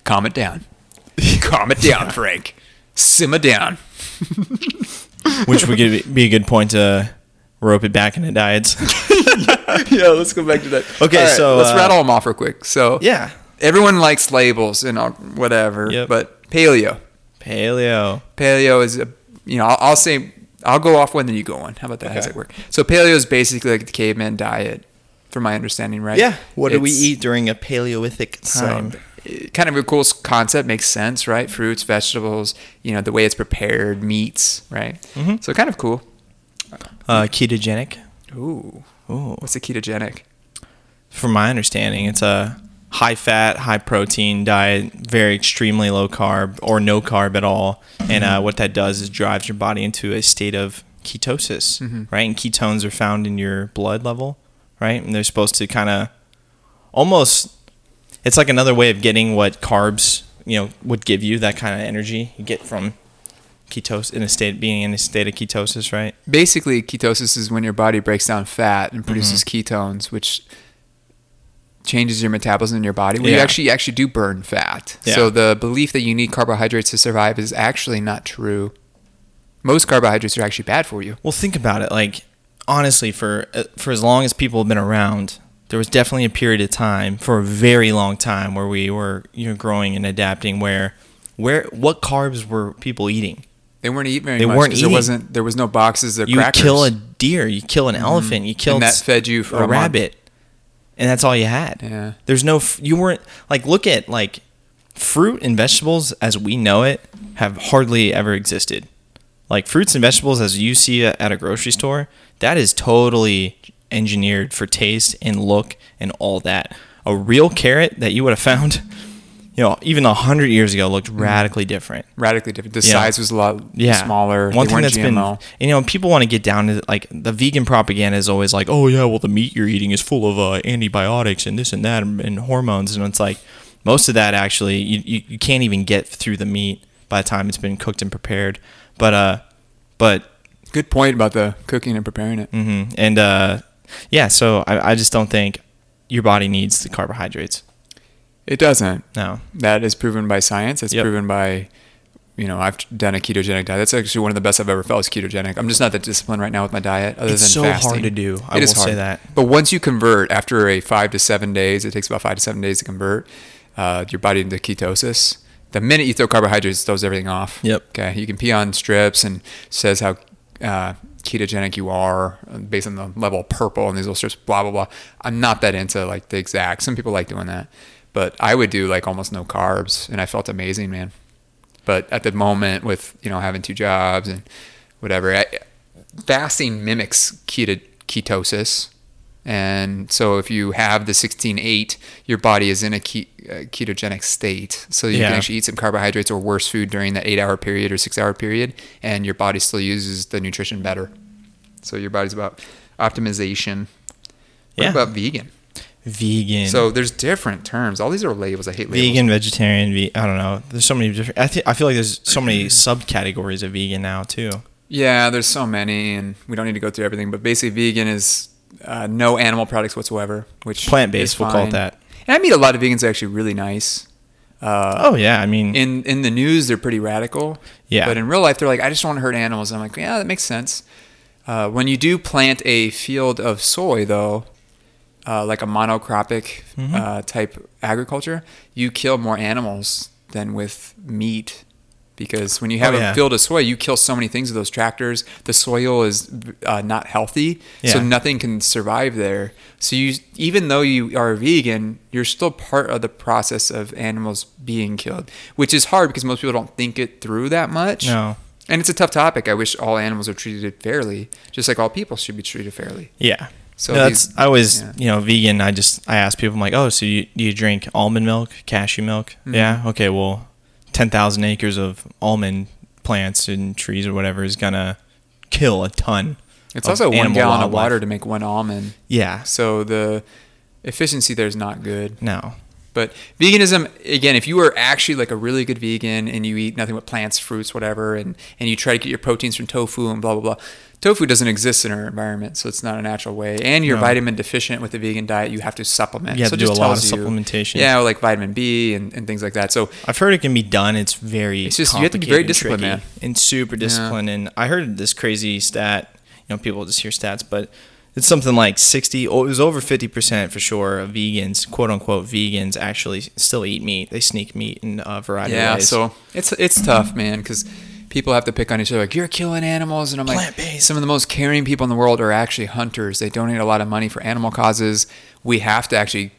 calm it down, calm it down, Frank, simmer down."
which would give- be a good point to rope it back into diets.
yeah, let's go back to that.
Okay,
All
so,
let's
uh,
rattle them off real quick. So
yeah,
everyone likes labels and all, whatever,
Yep.
but paleo,
paleo.
paleo is a, you know I'll, I'll say I'll go off one then you go on. How about that? How's
Okay.
it work? So paleo is basically like the caveman diet, from my understanding, right?
Yeah, what do we
It's-
eat during a paleolithic time?
So, it- kind of a cool s- concept makes sense, right? Fruits, vegetables, you know, the way it's prepared, meats, right?
Mhm.
So kind of cool.
Uh, ketogenic.
Ooh,
Ooh.
what's a ketogenic?
From my understanding, it's a high fat, high protein diet, very extremely low carb or no carb at all. And uh, what that does is drives your body into a state of ketosis, right? And ketones are found in your blood level, right? And they're supposed to kind of almost, it's like another way of getting what carbs, you know, would give you that kind of energy you get from ketosis in a state, being in a state of ketosis, right?
basically ketosis is when your body breaks down fat
Mm-hmm.
and produces ketones which changes your metabolism in your body where you
Yeah.
actually you actually do burn fat
Yeah.
so the belief that you need carbohydrates to survive is actually not true most carbohydrates are actually bad for you
Well, think about it. Like honestly, for uh, for as long as people have been around, there was definitely a period of time for a very long time where we were you know growing and adapting. Where where what carbs were people eating?
they weren't eating very
They
much
weren't
'cause
eating.
there wasn't there was no boxes of
You would
crackers Mm-hmm.
kill a deer, you kill an elephant, you killed
that
s-
fed you for a
a
month.
rabbit, and that's all you had.
Yeah.
There's no f- you weren't like look at like fruit and vegetables as we know it have hardly ever existed. Like fruits and vegetables as you see it at a grocery store, that is totally engineered for taste and look and all that. A real carrot that you would have found, you know, even a hundred years ago
Mm.
looked radically different
radically different the
Yeah.
size was a lot
yeah.
smaller
One
they
thing
weren't
that's been,
GMO.
and, you know, people want to get down to like the vegan propaganda is always like, oh yeah, well the meat you're eating is full of uh, antibiotics and this and that and, and hormones, and it's like most of that actually you, you you can't even get through the meat by the time it's been cooked and prepared, but uh, but
good point about the cooking and preparing it
hmm and uh, yeah, so I I just don't think your body needs the carbohydrates.
it doesn't
No,
That is proven by science. It's
Yep.
proven by, you know, I've done a ketogenic diet. That's actually one of the best I've ever felt is ketogenic. I'm just not that disciplined right now with my diet. Other
It's
than
so
fasting.
hard to do. I
It is
will say
hard.
that.
But once you convert after a five to seven days, it takes about five to seven days to convert uh, your body into ketosis. The minute you throw carbohydrates, it throws everything off.
Yep.
Okay. You can pee on strips and says how uh, ketogenic you are uh, based on the level of purple and these little strips, blah, blah, blah. I'm not that into like the exact. Some people like doing that, but I would do like almost no carbs and I felt amazing, man. But at the moment with, you know, having two jobs and whatever, I, fasting mimics keto, ketosis. And so if you have the 16-8, your body is in a ke- uh, ketogenic state. So you
Yeah.
can actually eat some carbohydrates or worse food during that eight hour period or six hour period, and your body still uses the nutrition better. So your body's about optimization. What
Yeah.
about vegan?
vegan.
So there's different terms. All these are labels. I hate labels.
vegan, vegetarian, ve- I don't know. There's so many different. I think I feel like there's so many subcategories of vegan now too.
Yeah, there's so many, and we don't need to go through everything. But basically, vegan is uh, no animal products whatsoever, which
Plant-based,
is
we'll call it
fine.
that.
And I meet a lot of vegans that are actually really nice. Uh,
Oh yeah, I mean,
in in the news they're pretty radical.
Yeah.
But in real life they're like, I just don't want to hurt animals. I'm like, yeah, that makes sense. Uh, when you do plant a field of soy, though, uh, like a monocropic
Mm-hmm.
uh, type agriculture, you kill more animals than with meat. Because when you have
Oh, yeah.
a field of soy, you kill so many things with those tractors. The soil is uh, not healthy, so
Yeah.
nothing can survive there. So you, even though you are vegan, you're still part of the process of animals being killed, which is hard because most people don't think it through that much.
No.
And it's a tough topic. I wish all animals are treated fairly, just like all people should be treated fairly.
yeah.
So
So that's
these-
I always
yeah.
you know vegan. I just I ask people I'm like, oh, so you do you drink almond milk, cashew milk?
Mm-hmm.
Yeah. Okay. Well, ten thousand acres of almond plants and trees or whatever is gonna kill a ton.
It's
of
also one
animal
gallon of
wildlife.
water to make one almond.
Yeah.
So the efficiency there is not good.
No.
But veganism, again, if you are actually like a really good vegan and you eat nothing but plants, fruits, whatever, and, and you try to get your proteins from tofu and blah, blah, blah, tofu doesn't exist in our environment, so it's not a natural way. And you're
No.
vitamin deficient with a vegan diet, you have to supplement.
You have
so it
to do
just
a lot
tells
of
you-
supplementation.
Yeah, like vitamin B and, and things like that. So
I've heard it can be done. It's very
It's just- you have to be very
complicated and
disciplined,
tricky
man.
and super disciplined. And I heard this crazy stat. You know, people just hear stats, but it's something like sixty. Oh, it was over fifty percent for sure of vegans, quote unquote vegans, actually still eat meat. They sneak meat in a variety
yeah,
of ways.
so it's it's tough, man, because people have to pick on each other. Like you're killing animals, and I'm like,
Plant-based.
some of the most caring people in the world are actually hunters. They donate a lot of money for animal causes. We have to actually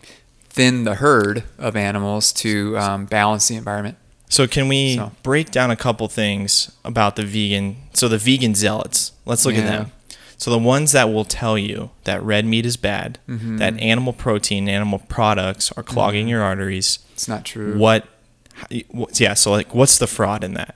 thin the herd of animals to um, balance the environment.
So can we
So-
break down a couple things about the vegan? So the vegan zealots. Let's look at
Yeah.
them. So the ones that will tell you that red meat is bad,
Mm-hmm.
that animal protein, animal products are clogging your arteries.
It's not true.
Mm-hmm. What? how- what- Yeah. So like, what's the fraud in that?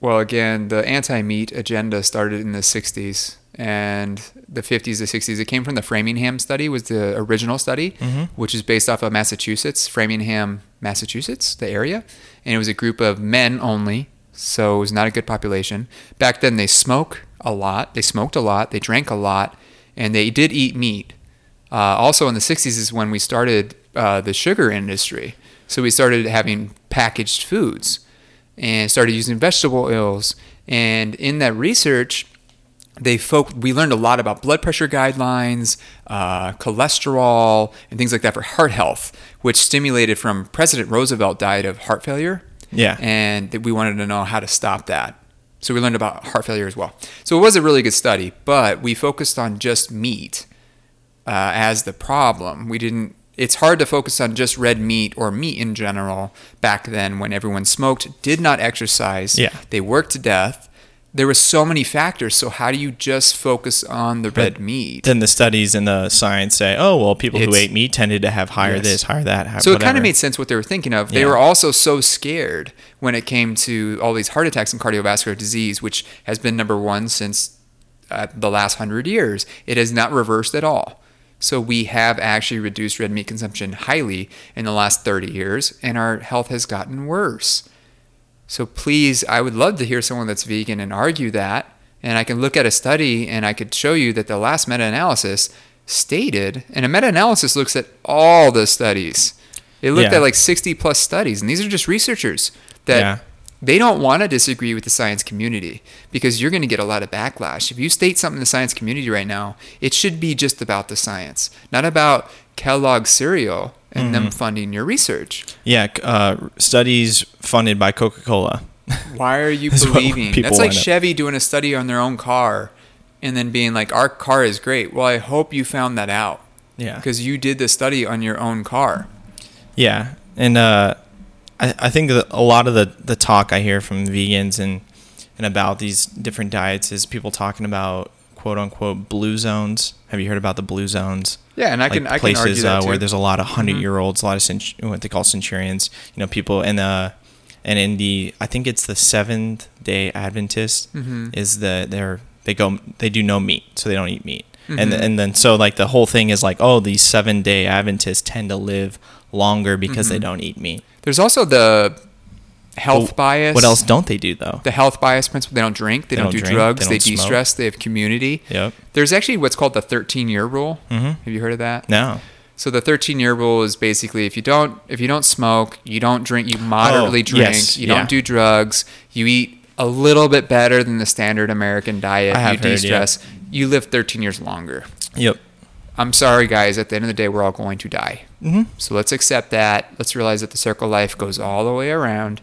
Well, again, the anti-meat agenda started in the '60s and the '50s, the '60s. It came from the Framingham study, was the original study, which is based off of Massachusetts, Framingham, Massachusetts, the area, and it was a group of men only, so it was not a good population. Back then, they smoke a lot, they smoked a lot, they drank a lot, and they did eat meat. Uh, also, in the 60s is when we started uh, the sugar industry. So we started having packaged foods and started using vegetable oils. And in that research, they folk we learned a lot about blood pressure guidelines, uh, cholesterol, and things like that for heart health, which stimulated from President Roosevelt died of heart failure.
Yeah.
and that we wanted to know how to stop that. So we learned about heart failure as well. So it was a really good study, but we focused on just meat uh, as the problem. We didn't. It's hard to focus on just red meat or meat in general back then when everyone smoked, did not exercise,
Yeah.
they worked to death. There were so many factors. So how do you just focus on the red meat?
Then the studies and the science say, oh well, people who
It's-
ate meat tended to have higher
Yes.
this, higher that. Higher,
So it kind
whatever.
of made sense what they were thinking of. They
Yeah.
were also so scared when it came to all these heart attacks and cardiovascular disease, which has been number one since uh, the last hundred years. It has not reversed at all. So we have actually reduced red meat consumption highly in the last 30 years, and our health has gotten worse. So please, I would love to hear someone that's vegan and argue that. And I can look at a study and I could show you that the last meta analysis stated, and a meta analysis looks at all the studies. It looked
Yeah.
at like 60 plus studies, and these are just researchers that
Yeah.
they don't want to disagree with the science community because you're going to get a lot of backlash. If you state something to the science community right now, it should be just about the science, not about Kellogg's cereal and them
Mm-hmm.
funding your research.
yeah c- uh, studies funded by Coca Cola.
Why are you
That's what
believing?
people
That's like
wind up-
Chevy doing a study on their own car and then being like, our car is great. Well, I hope you found that out
yeah.
because you did the study on your own car.
Yeah, and uh, I, I think that a lot of the, the talk I hear from vegans and and about these different diets is people talking about quote unquote blue zones. Have you heard about the blue zones?
Yeah, and I can- I can argue that
uh, where
too. Mm-hmm.
there's a lot of 100 year olds, a lot of cent- what they call centurions. You know, people and uh and in the I think it's the Seventh Day Adventist
Mm-hmm.
is the they're they go they do no meat, so they don't eat meat. And
Mm-hmm.
th- and then so like the whole thing is like oh these Seven Day Adventists tend to live longer because they don't eat meat.
There's also the Mm-hmm. health
Well,
bias.
What else don't they do though?
The health bias principle. They don't drink. They,
They
don't,
don't
do
drink,
drugs. They,
they don't
de
smoke.
stress. They have community.
Yep. Mm-hmm.
There's actually what's called the 13 year rule. Have you heard of that?
No.
So the 13 year rule is basically if you don't if you don't smoke, you don't drink, you moderately
Oh,
drink,
yes,
you
yeah.
don't do drugs, you eat a little bit better than the standard American diet,
I have
you
heard, yeah.
de-stress, you live 13 years longer.
Yep.
I'm sorry guys, at the end of the day we're all going to die. Mm-hmm. So let's accept that. Let's realize that the circle of life goes all the way around.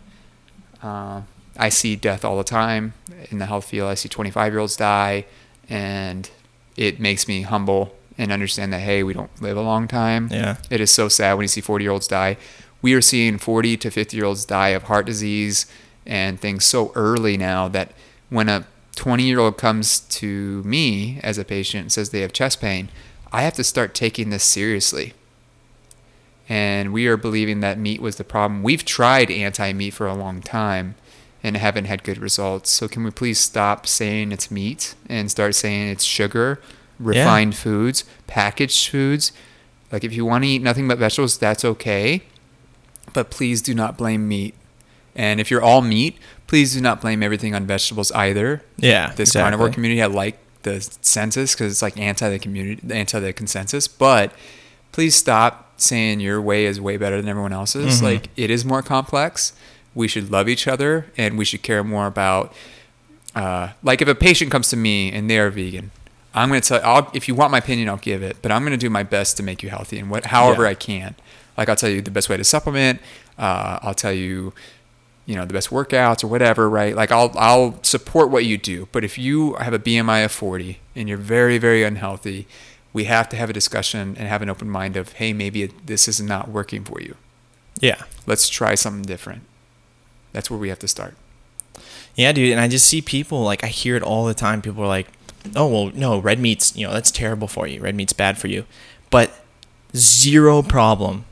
Uh, I see death all the time in the health field. I see 25 year olds die, and it makes me humble and understand that hey, we don't live a long time.
Yeah.
It is so sad when you see 40 year olds die. We are seeing 40 to 50 year olds die of heart disease and things so early now that when a 20 year old comes to me as a patient and says they have chest pain, I have to start taking this seriously. And we are believing that meat was the problem. We've tried anti meat for a long time and haven't had good results. So, can we please stop saying it's meat and start saying it's sugar, refined foods, packaged foods? Like if you want to eat nothing but vegetables, that's okay. But please do not blame meat. And if you're all meat, please do not blame everything on vegetables either.
Yeah,
This
exactly.
carnivore community, I like the census because it's like anti the community, anti the consensus. But please stop saying your way is way better than everyone else's.
Mm-hmm.
Like it is more complex. We should love each other and we should care more about uh, like if a patient comes to me and they are vegan, I'm gonna tell. I'll, if you want my opinion, I'll give it, but I'm gonna do my best to make you healthy and what, however
Yeah.
I can. Like I'll tell you the best way to supplement. Uh, I'll tell you, you know, the best workouts or whatever. Right? Like I'll I'll support what you do. But if you have a BMI of 40 and you're very very unhealthy, we have to have a discussion and have an open mind of hey maybe it, this is not working for you.
Yeah.
Let's try something different. That's where we have to start.
Yeah, dude, and I just see people like I hear it all the time. People are like, "Oh, well, no, red meat's you know that's terrible for you. Red meat's bad for you," but zero problem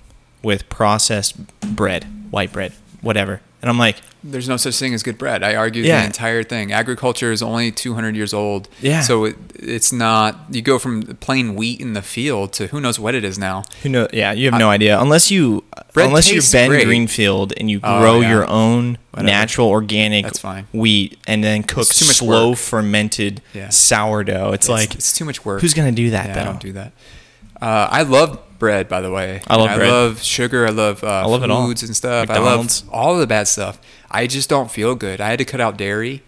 with processed bread, white bread, whatever. And I'm like,
There's no such thing as good bread. I argue
Yeah.
the entire thing. Agriculture is only 200 years old.
Yeah.
So it, it's not, you go from plain wheat in the field to who knows what it is now.
who know? Yeah, you have no idea unless you
Bread
unless you're
tastes
Ben
great.
Greenfield and you
Oh,
grow
yeah.
your own
Whatever.
natural organic
That's fine.
wheat and then cook
It's too much
slow
work.
fermented
Yeah.
sourdough. It's, like
it's too much work.
who's gonna do that
yeah,
though?
I don't do that. Uh, I love bread, by the way.
I love
And
bread.
I love sugar. I love uh, I
love it all.
foods and stuff.
McDonald's.
I love all of the bad stuff. I just don't feel good. I had to cut out dairy.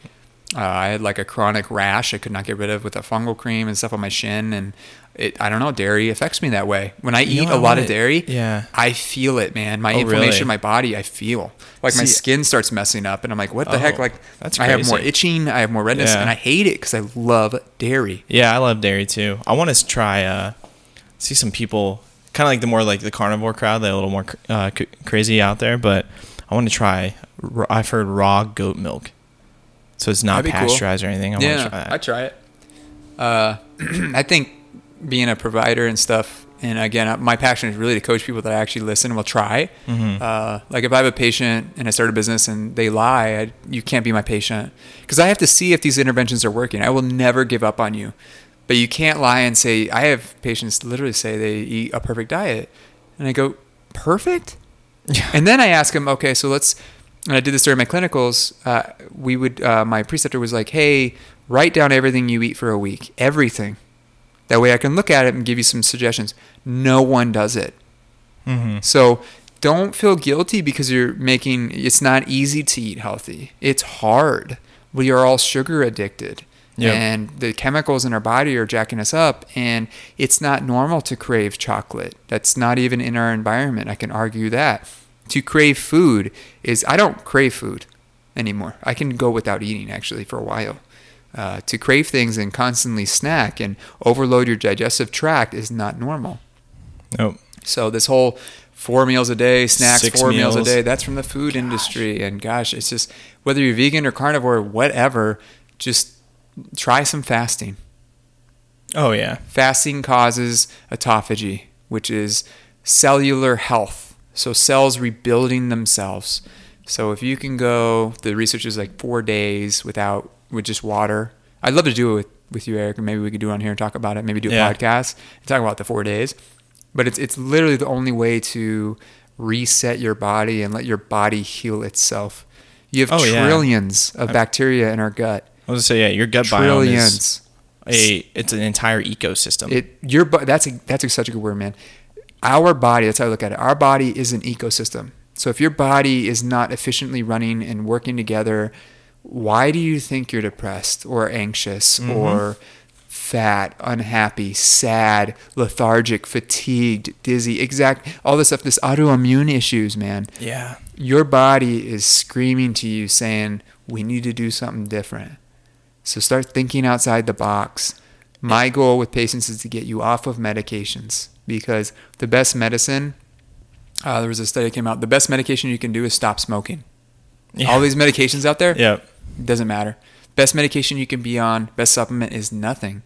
Uh, I had like a chronic rash I could not get rid of with a fungal cream and stuff on my shin, and it I don't know dairy affects me that way. When I
You
eat
know, I
a lot of
wanted-
dairy,
yeah.
I feel it, man. My
Oh,
inflammation,
really?
in my body, I feel like my
See-
skin starts messing up, and I'm like, what the heck?
Oh,
Like
that's
I have more
crazy.
itching, I have more redness,
Yeah.
and I hate it because I love dairy.
Yeah, I love dairy too. I want to try uh see some people kind of like the more like the carnivore crowd, they're a little more uh, c- crazy out there, but I want to try r- I've heard raw goat milk. So it's not
That'd be cool.
pasteurized or anything. I
yeah,
want to try
I
that.
try it. Uh, I think being a provider and stuff, and again, I- my passion is really to coach people that I actually listen and will try.
Mm-hmm.
Uh, like if I have a patient and I start a business and they lie, I, you can't be my patient because I have to see if these interventions are working. I will never give up on you, but you can't lie and say I have patients literally say they eat a perfect diet, and I go perfect. And then I ask him, okay, so let's. And I did this during my clinicals. Uh, we would. Uh, my preceptor was like, hey, write down everything you eat for a week, everything. That way, I can look at it and give you some suggestions. No one does it.
mm-hmm.
So don't feel guilty because you're making it's not easy to eat healthy. It's hard. We are all sugar addicted.
Yeah.
And the chemicals in our body are jacking us up and it's not normal to crave chocolate. That's not even in our environment. I can argue that. To crave food is I don't crave food anymore. I can go without eating actually for a while. Uh, to crave things and constantly snack and overload your digestive tract is not normal.
Nope.
So this whole four meals a day, snacks,
Six
four meals.
meals.
a day, that's from the food industry. And gosh, it's just whether you're vegan or carnivore, whatever, just try some fasting.
Oh yeah.
Fasting causes autophagy, which is cellular health. So cells rebuilding themselves. So if you can go, the research is like four days without with just water. I'd love to do it with, with you, Eric, and maybe we could do it on here and talk about it. Maybe do a
Yeah.
podcast and talk about the four days. But it's it's literally the only way to reset your body and let your body heal itself. You have
Oh, yeah.
trillions of bacteria in our gut.
I was gonna say yeah, your gut biome
Trillions.
is a it's an entire ecosystem.
It your bo- that's a, that's a, such a good word, man. Our body, that's how I look at it. Our body is an ecosystem. So if your body is not efficiently running and working together, why do you think you're depressed or anxious or fat, unhappy, sad, lethargic, fatigued, dizzy, exact all this stuff, this autoimmune issues, man
yeah.
your body is screaming to you saying we need to do something different so start thinking outside the box my goal with patients is to get you off of medications because the best medicine uh, there was a study that came out the best medication you can do is stop smoking
Yeah.
all these medications out there
Yep.
doesn't matter best medication you can be on best supplement is nothing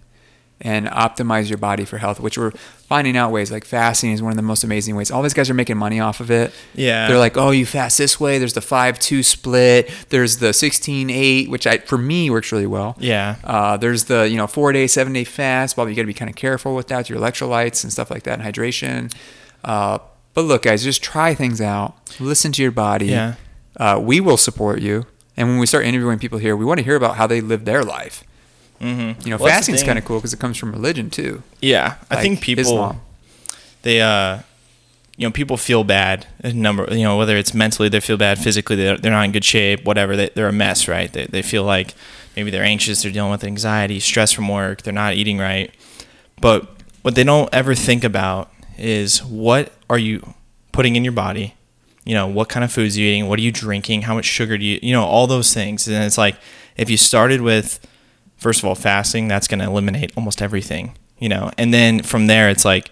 and optimize your body for health, which we're finding out ways. Like fasting is one of the most amazing ways. All these guys are making money off of it.
Yeah.
They're like, oh, you fast this way. There's the 5 2 split. There's the 16 8, which I, for me works really well.
Yeah.
Uh, there's the you know four day, seven day fast. Bob, you got to be kind of careful with that, your electrolytes and stuff like that, and hydration. Uh, but look, guys, just try things out. Listen to your body.
Yeah.
Uh, we will support you. And when we start interviewing people here, we want to hear about how they live their life.
Mm-hmm.
You
Well,
know,
that's the
fasting's
thing.
kind of cool because it comes from religion too.
Yeah, I
like
think people
Islam.
they uh you know people feel bad a number you know whether it's mentally they feel bad physically they're, they're not in good shape whatever they, they're a mess right they, they feel like maybe they're anxious they're dealing with anxiety stress from work they're not eating right but what they don't ever think about is what are you putting in your body you know what kind of foods are you eating what are you drinking how much sugar do you you know all those things and it's like if you started with first of all fasting that's going to eliminate almost everything you know and then from there it's like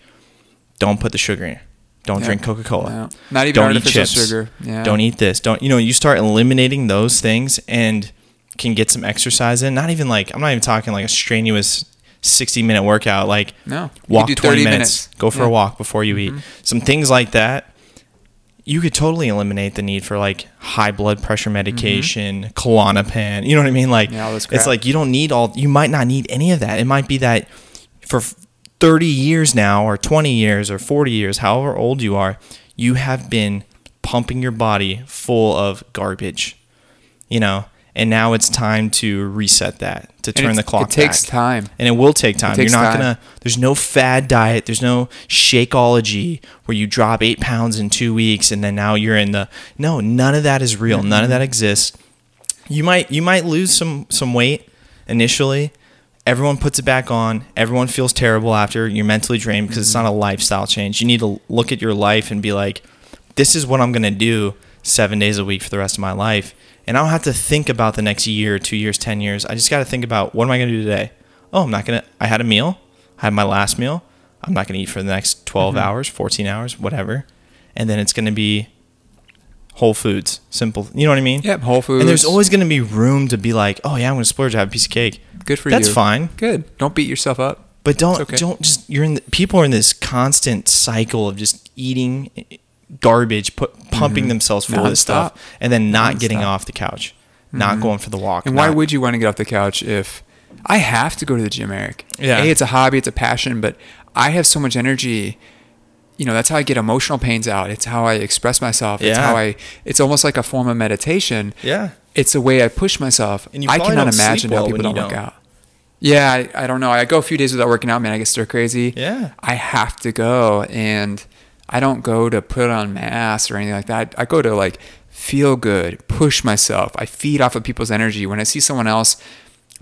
don't put the sugar in. Don't
Yeah.
drink Coca Cola.
Yeah. Not even
don't
artificial sugar. Yeah.
Don't eat this. Don't you know? You start eliminating those things and can get some exercise in. Not even like I'm not even talking like a strenuous 60 minute workout. Like
No. You
walk
do
20
30
minutes,
minutes.
Go for
Yeah. Mm-hmm.
a walk before you eat. Some things like that. You could totally eliminate the need for like high blood pressure medication, Klonopin. You know what I mean? Like
Mm-hmm. Yeah, all this crap.
it's like you don't need all. You might not need any of that. It might be that for 30 years now or 20 years or 40 years, however old you are, you have been pumping your body full of garbage, you know, and now it's time to reset that, to
And
turn the
it's-
clock
It takes
back.
time.
And it will take time. You're
takes
not
time.
gonna. There's no fad diet. There's no shakeology where you drop eight pounds in two weeks and then now you're in the. No, none of that is real. None
Mm-hmm.
of that exists. You might you might lose some some weight initially. Everyone puts it back on. Everyone feels terrible after. You're mentally drained because it's
Mm-hmm.
not a lifestyle change. You need to look at your life and be like, this is what I'm gonna do seven days a week for the rest of my life. And I don't have to think about the next year, two years, ten years. I just gotta think about what am I gonna do today? Oh, I'm not gonna I had a meal, I had my last meal. I'm not gonna eat for the next
Mm-hmm.
12 hours, 14 hours, whatever. And then it's gonna be whole foods. Simple you know what I mean?
Yep. Whole Foods.
And there's always going to be room to be like, oh yeah, I'm going to splurge, I have a piece of cake.
good for
That's
you.
fine,
Good. Don't beat yourself up.
but don't
okay.
don't just you're in. The, people are in this constant cycle of just eating garbage, put, pumping
Mm-hmm.
themselves full of this
Nonstop.
stuff, and then not getting
Nonstop.
off the couch, not going for the walk.
Mm-hmm. And why
not-
would you want to get off the couch if I have to go to the gym, Eric?
Yeah.
A, it's a hobby, it's a passion, but I have so much energy. You know, that's how I get emotional pains out. It's how I express myself. It's
Yeah.
how I. It's almost like a form of meditation.
Yeah.
It's a way I push myself.
And
And
you
you I
probably
cannot
don't sleep
imagine
well
how people
when you
don't, work
don't.
out. Yeah, I, I don't know. I go a few days without working out, man. I get stir crazy.
Yeah.
I have to go, and I don't go to put on mass or anything like that. I go to like feel good, push myself. I feed off of people's energy. When I see someone else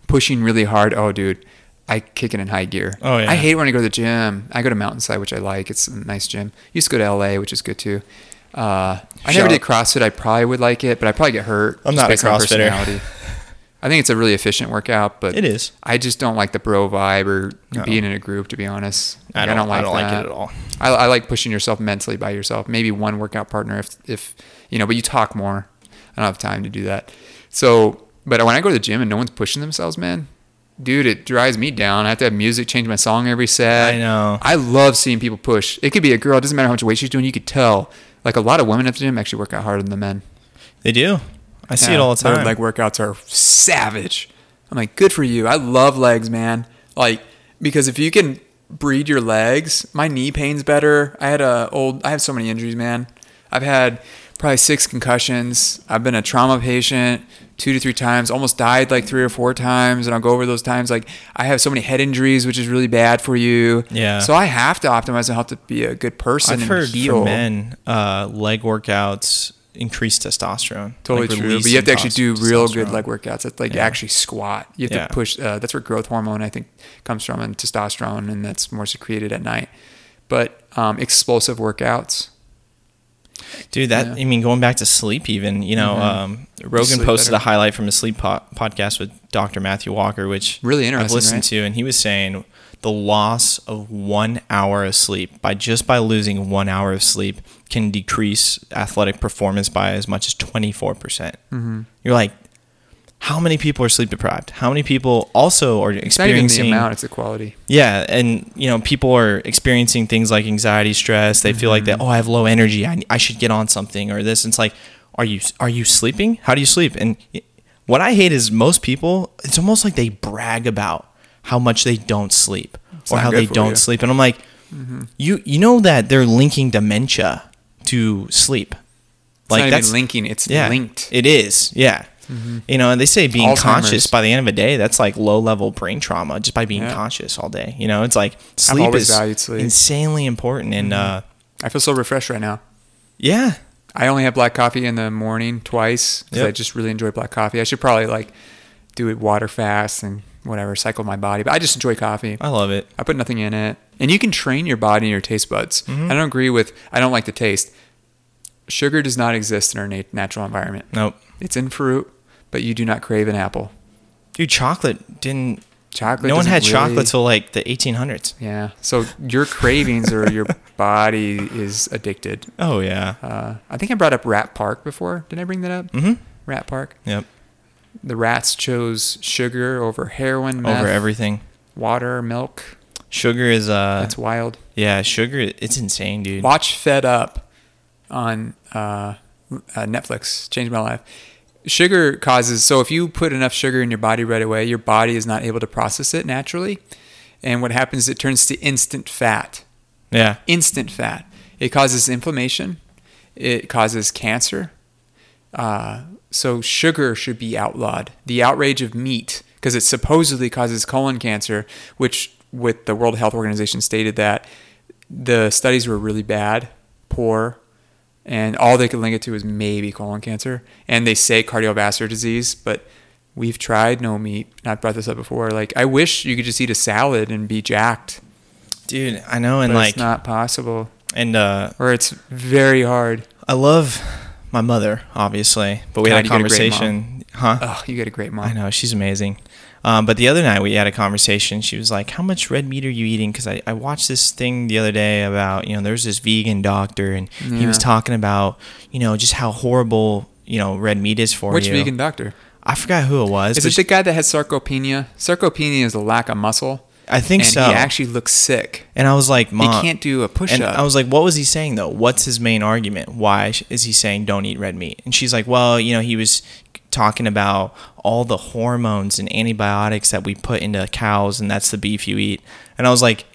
pushing really hard, oh dude, I kick it in high gear.
Oh, yeah.
I hate when I go to the gym. I go to Mountainside, which I like. It's a nice gym. used to go to LA, which is good too. Uh, I
Shout-
never did CrossFit. I probably would like it, but I probably get hurt.
I'm
just
not a
based on
CrossFitter.
personality. I think it's a really efficient workout, but
It is.
I just don't like the bro vibe or
No.
being in a group. To be honest,
I
Like,
don't- I don't like it
that.
at all.
I, I like pushing yourself mentally by yourself. Maybe one workout partner, if if you know, but you talk more. I don't have time to do that. So, but when I go to the gym and no one's pushing themselves, man, dude, it drives me down. I have to have music, change my song every set.
I know.
I love seeing people push. It could be a girl. It doesn't matter how much weight she's doing. You could tell. Like a lot of women at the gym actually work out harder than the men.
they do? I see it
Yeah,
all the
their
time.
Leg workouts are savage. I'm like, good for you. I love legs, man. Like, because if you can breed your legs, my knee pain's better. I had a old. I have so many injuries, man. I've had probably six concussions. I've been a trauma patient two to three times. Almost died like three or four times, and I'll go over those times. Like, I have so many head injuries, which is really bad for you.
Yeah.
So I have to optimize and have to be a good person
I've
and
heard
heal.
from men, uh, leg workouts increase testosterone.
Totally
like
true.
release
But you have to actually do
some
real good
testosterone.
leg workouts. That's like
Yeah.
actually squat. You have
Yeah.
to push. Uh, that's where growth hormone I think comes from, and testosterone, and that's more secreted at night. But um, explosive workouts.
Dude, that
Yeah. Mm-hmm.
I mean, going back to sleep, even you know, um, Rogan
Sleep
posted
better.
a highlight from a sleep po- podcast with Dr. Matthew Walker, which
Really
I've
interesting,
listened
right?
to, and he was saying the loss of one hour of sleep by just by losing one hour of sleep can
Mm-hmm.
decrease athletic performance by as much as twenty four percent. You're like, how many people are sleep deprived? How many people also are
It's not even the
experiencing
amount; it's the quality.
yeah, and you know, people are experiencing things like anxiety, stress. They feel like that.
Mm-hmm.
Oh, I have low energy. I, I should get on something or this. And it's like, are you are you sleeping? How do you sleep? And what I hate is most people. It's almost like they brag about how much they don't sleep or
not
how
good
they
for
don't
you. Mm-hmm.
sleep. And I'm like, you you know that they're linking dementia to sleep.
It's not even linking; it's
yeah,
linked. Mm-hmm.
It is. Yeah. You know, and they say being
Alzheimer's.
conscious by the end of a day, that's like low level brain trauma just by being
Yeah.
conscious all day. You know, it's like sleep
always
is
valued sleep. Mm-hmm.
insanely important. And uh,
I feel so refreshed right now.
yeah,
I only have black coffee in the morning twice because
Yep.
I just really enjoy black coffee. I should probably like do it water fast and whatever, cycle my body. But I just enjoy coffee.
I love it.
I put nothing in it. And you can train your body and your taste buds.
Mm-hmm.
I don't agree with, I don't like the taste. Sugar does not exist in our nat- natural environment.
Nope.
It's in fruit, but you do not crave an apple.
Dude, chocolate didn't.
Chocolate.
no one
doesn't
had
really-
chocolate till like the 1800s.
Yeah. So your cravings or your body is addicted.
Oh, yeah.
Uh, I think I brought up Rat Park before. Did I bring that up?
Mhm.
Rat Park.
Yep.
The rats chose sugar over heroin, meth,
Over everything.
water, milk.
Sugar is, uh,
That's wild.
yeah, sugar, it's insane, dude.
Watch Fed Up on uh, uh, Netflix. Changed my life. Sugar causes so if you put enough sugar in your body right away, your body is not able to process it naturally, and what happens? It turns to instant fat.
Yeah.
Instant fat. It causes inflammation. It causes cancer. Uh, so sugar should be outlawed. The outrage of meat, because it supposedly causes colon cancer, which with the World Health Organization stated that the studies were really bad, poor, and all they could link it to is maybe colon cancer. And they say cardiovascular disease, but we've tried no meat. And I've brought this up before. Like I wish you could just eat a salad and be jacked,
Dude, I know. And
but
like,
it's not possible,
and, uh,
or it's very hard.
I love my mother, obviously, but we had a
God, you get a great mom.
conversation. Huh?
Oh, you get a great mom.
I know she's amazing. Um, but the other night we had a conversation. She was like, "How much red meat are you eating?" Because I, I watched this thing the other day about you know there's this vegan doctor and he was
Yeah.
talking about you know just how horrible you know red meat is for
Which
you.
vegan doctor?
I forgot who it was.
Is
but
it the guy that has sarcopenia? Sarcopenia is a lack of muscle.
I think
and
so.
He actually looks sick.
and I was like, "Mom."
he can't do a push
and
up.
I was like, "What was he saying though? What's his main argument? Why sh- is he saying don't eat red meat?" And she's like, "Well, you know, he was talking about all the hormones and antibiotics that we put into cows, and that's the beef you eat." And I was like,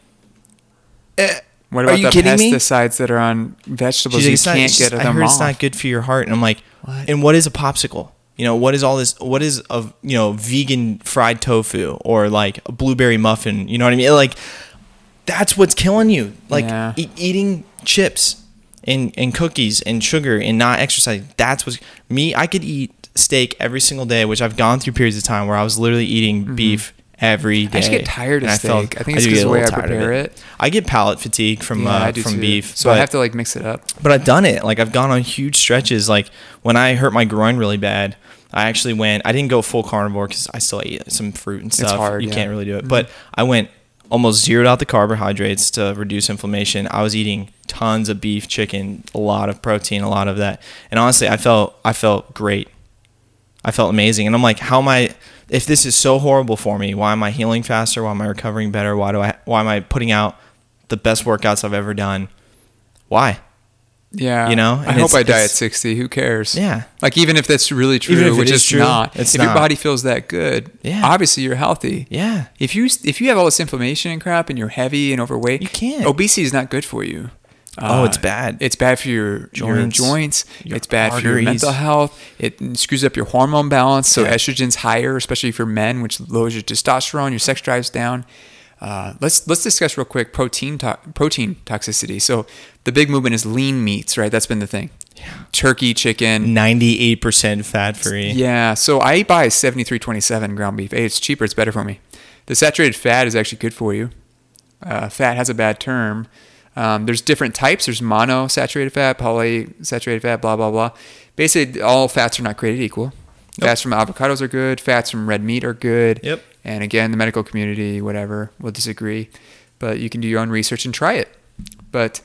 what
are
about
you
the
kidding me?
pesticides that are on vegetables?
She's
you
like, "It's not-
can't
it's
get
just- I
them
heard
off.
it's not good for your heart, and I'm like,
What?
and what is a popsicle? You know, what is all this? What is of you know vegan fried tofu or like a blueberry muffin? You know what I mean? Like that's what's killing you. Like
Yeah.
e- eating chips and and cookies and sugar and not exercising. That's what's me. I could eat steak every single day, which I've gone through periods of time where I was literally eating beef every day.
Mm-hmm. I just get tired of
and
steak. I think it's
do
'cause
get
the
a
way
little
I
tired of
prepare it.
I get palate fatigue from
Yeah, I
uh,
do
from
too.
beef.
So I
but-
have to like mix it up.
but I've done it. Like I've gone on huge stretches. Like when I hurt my groin really bad, I actually went. I didn't go full carnivore because I still ate some fruit and stuff.
hard,
you
yeah. Mm-hmm.
can't really do it. But I went almost zeroed out the carbohydrates to reduce inflammation. I was eating tons of beef, chicken, a lot of protein, a lot of that. And honestly, I felt I felt great. I felt amazing. And I'm like, how am I? If this is so horrible for me, why am I healing faster? Why am I recovering better? Why do I? Why am I putting out the best workouts I've ever done? Why?
Yeah.
You know, and
I hope
it's-
I die
it's-
at 60. Who cares?
Yeah.
Like even if that's really true,
Even if it
which
is
it's
true,
not.
it's
if
not.
your body feels that good,
Yeah.
obviously you're healthy.
Yeah.
If you if you have all this inflammation and crap and you're heavy and overweight,
You can't.
Obesity is not good for you.
Oh, it's bad.
It's bad for your
Joints,
joints. Your joints.
your
it's bad for your
arteries.
mental health. It screws up your hormone balance. So
Yeah.
estrogen's higher, especially for men, which lowers your testosterone. Your sex drives down. Uh, let's let's discuss real quick protein to- protein toxicity. So the big movement is lean meats, right? That's been the thing. Turkey, chicken,
98% fat free.
yeah, so I buy 7327 ground beef. Hey, it's cheaper, it's better for me. The saturated fat is actually good for you. Uh, fat has a bad term. Um, there's different types. There's monosaturated fat, polysaturated fat, blah blah blah. Basically, all fats are not created equal. Fats from avocados are good. Fats from red meat are good.
Yep.
And again, the medical community, whatever, will disagree, but you can do your own research and try it. But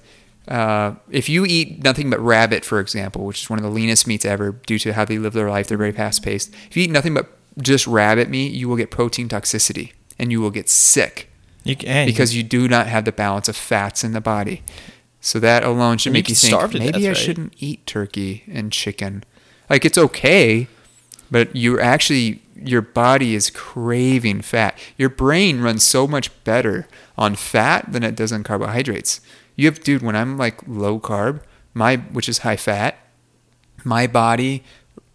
uh, if you eat nothing but rabbit, for example, which is one of the leanest meats ever due to how they live their life, they're very fast paced. If you eat nothing but just rabbit meat, you will get protein toxicity and you will get sick
You can
because you do not have the balance of fats in the body. So that alone should
And you
make
could
you think
starve to
maybe
death,
I
right?
shouldn't eat turkey and chicken. Like it's okay, but you're actually your body is craving fat. Your brain runs so much better on fat than it does on carbohydrates. You have dude, when I'm like low carb, my which is high fat, my body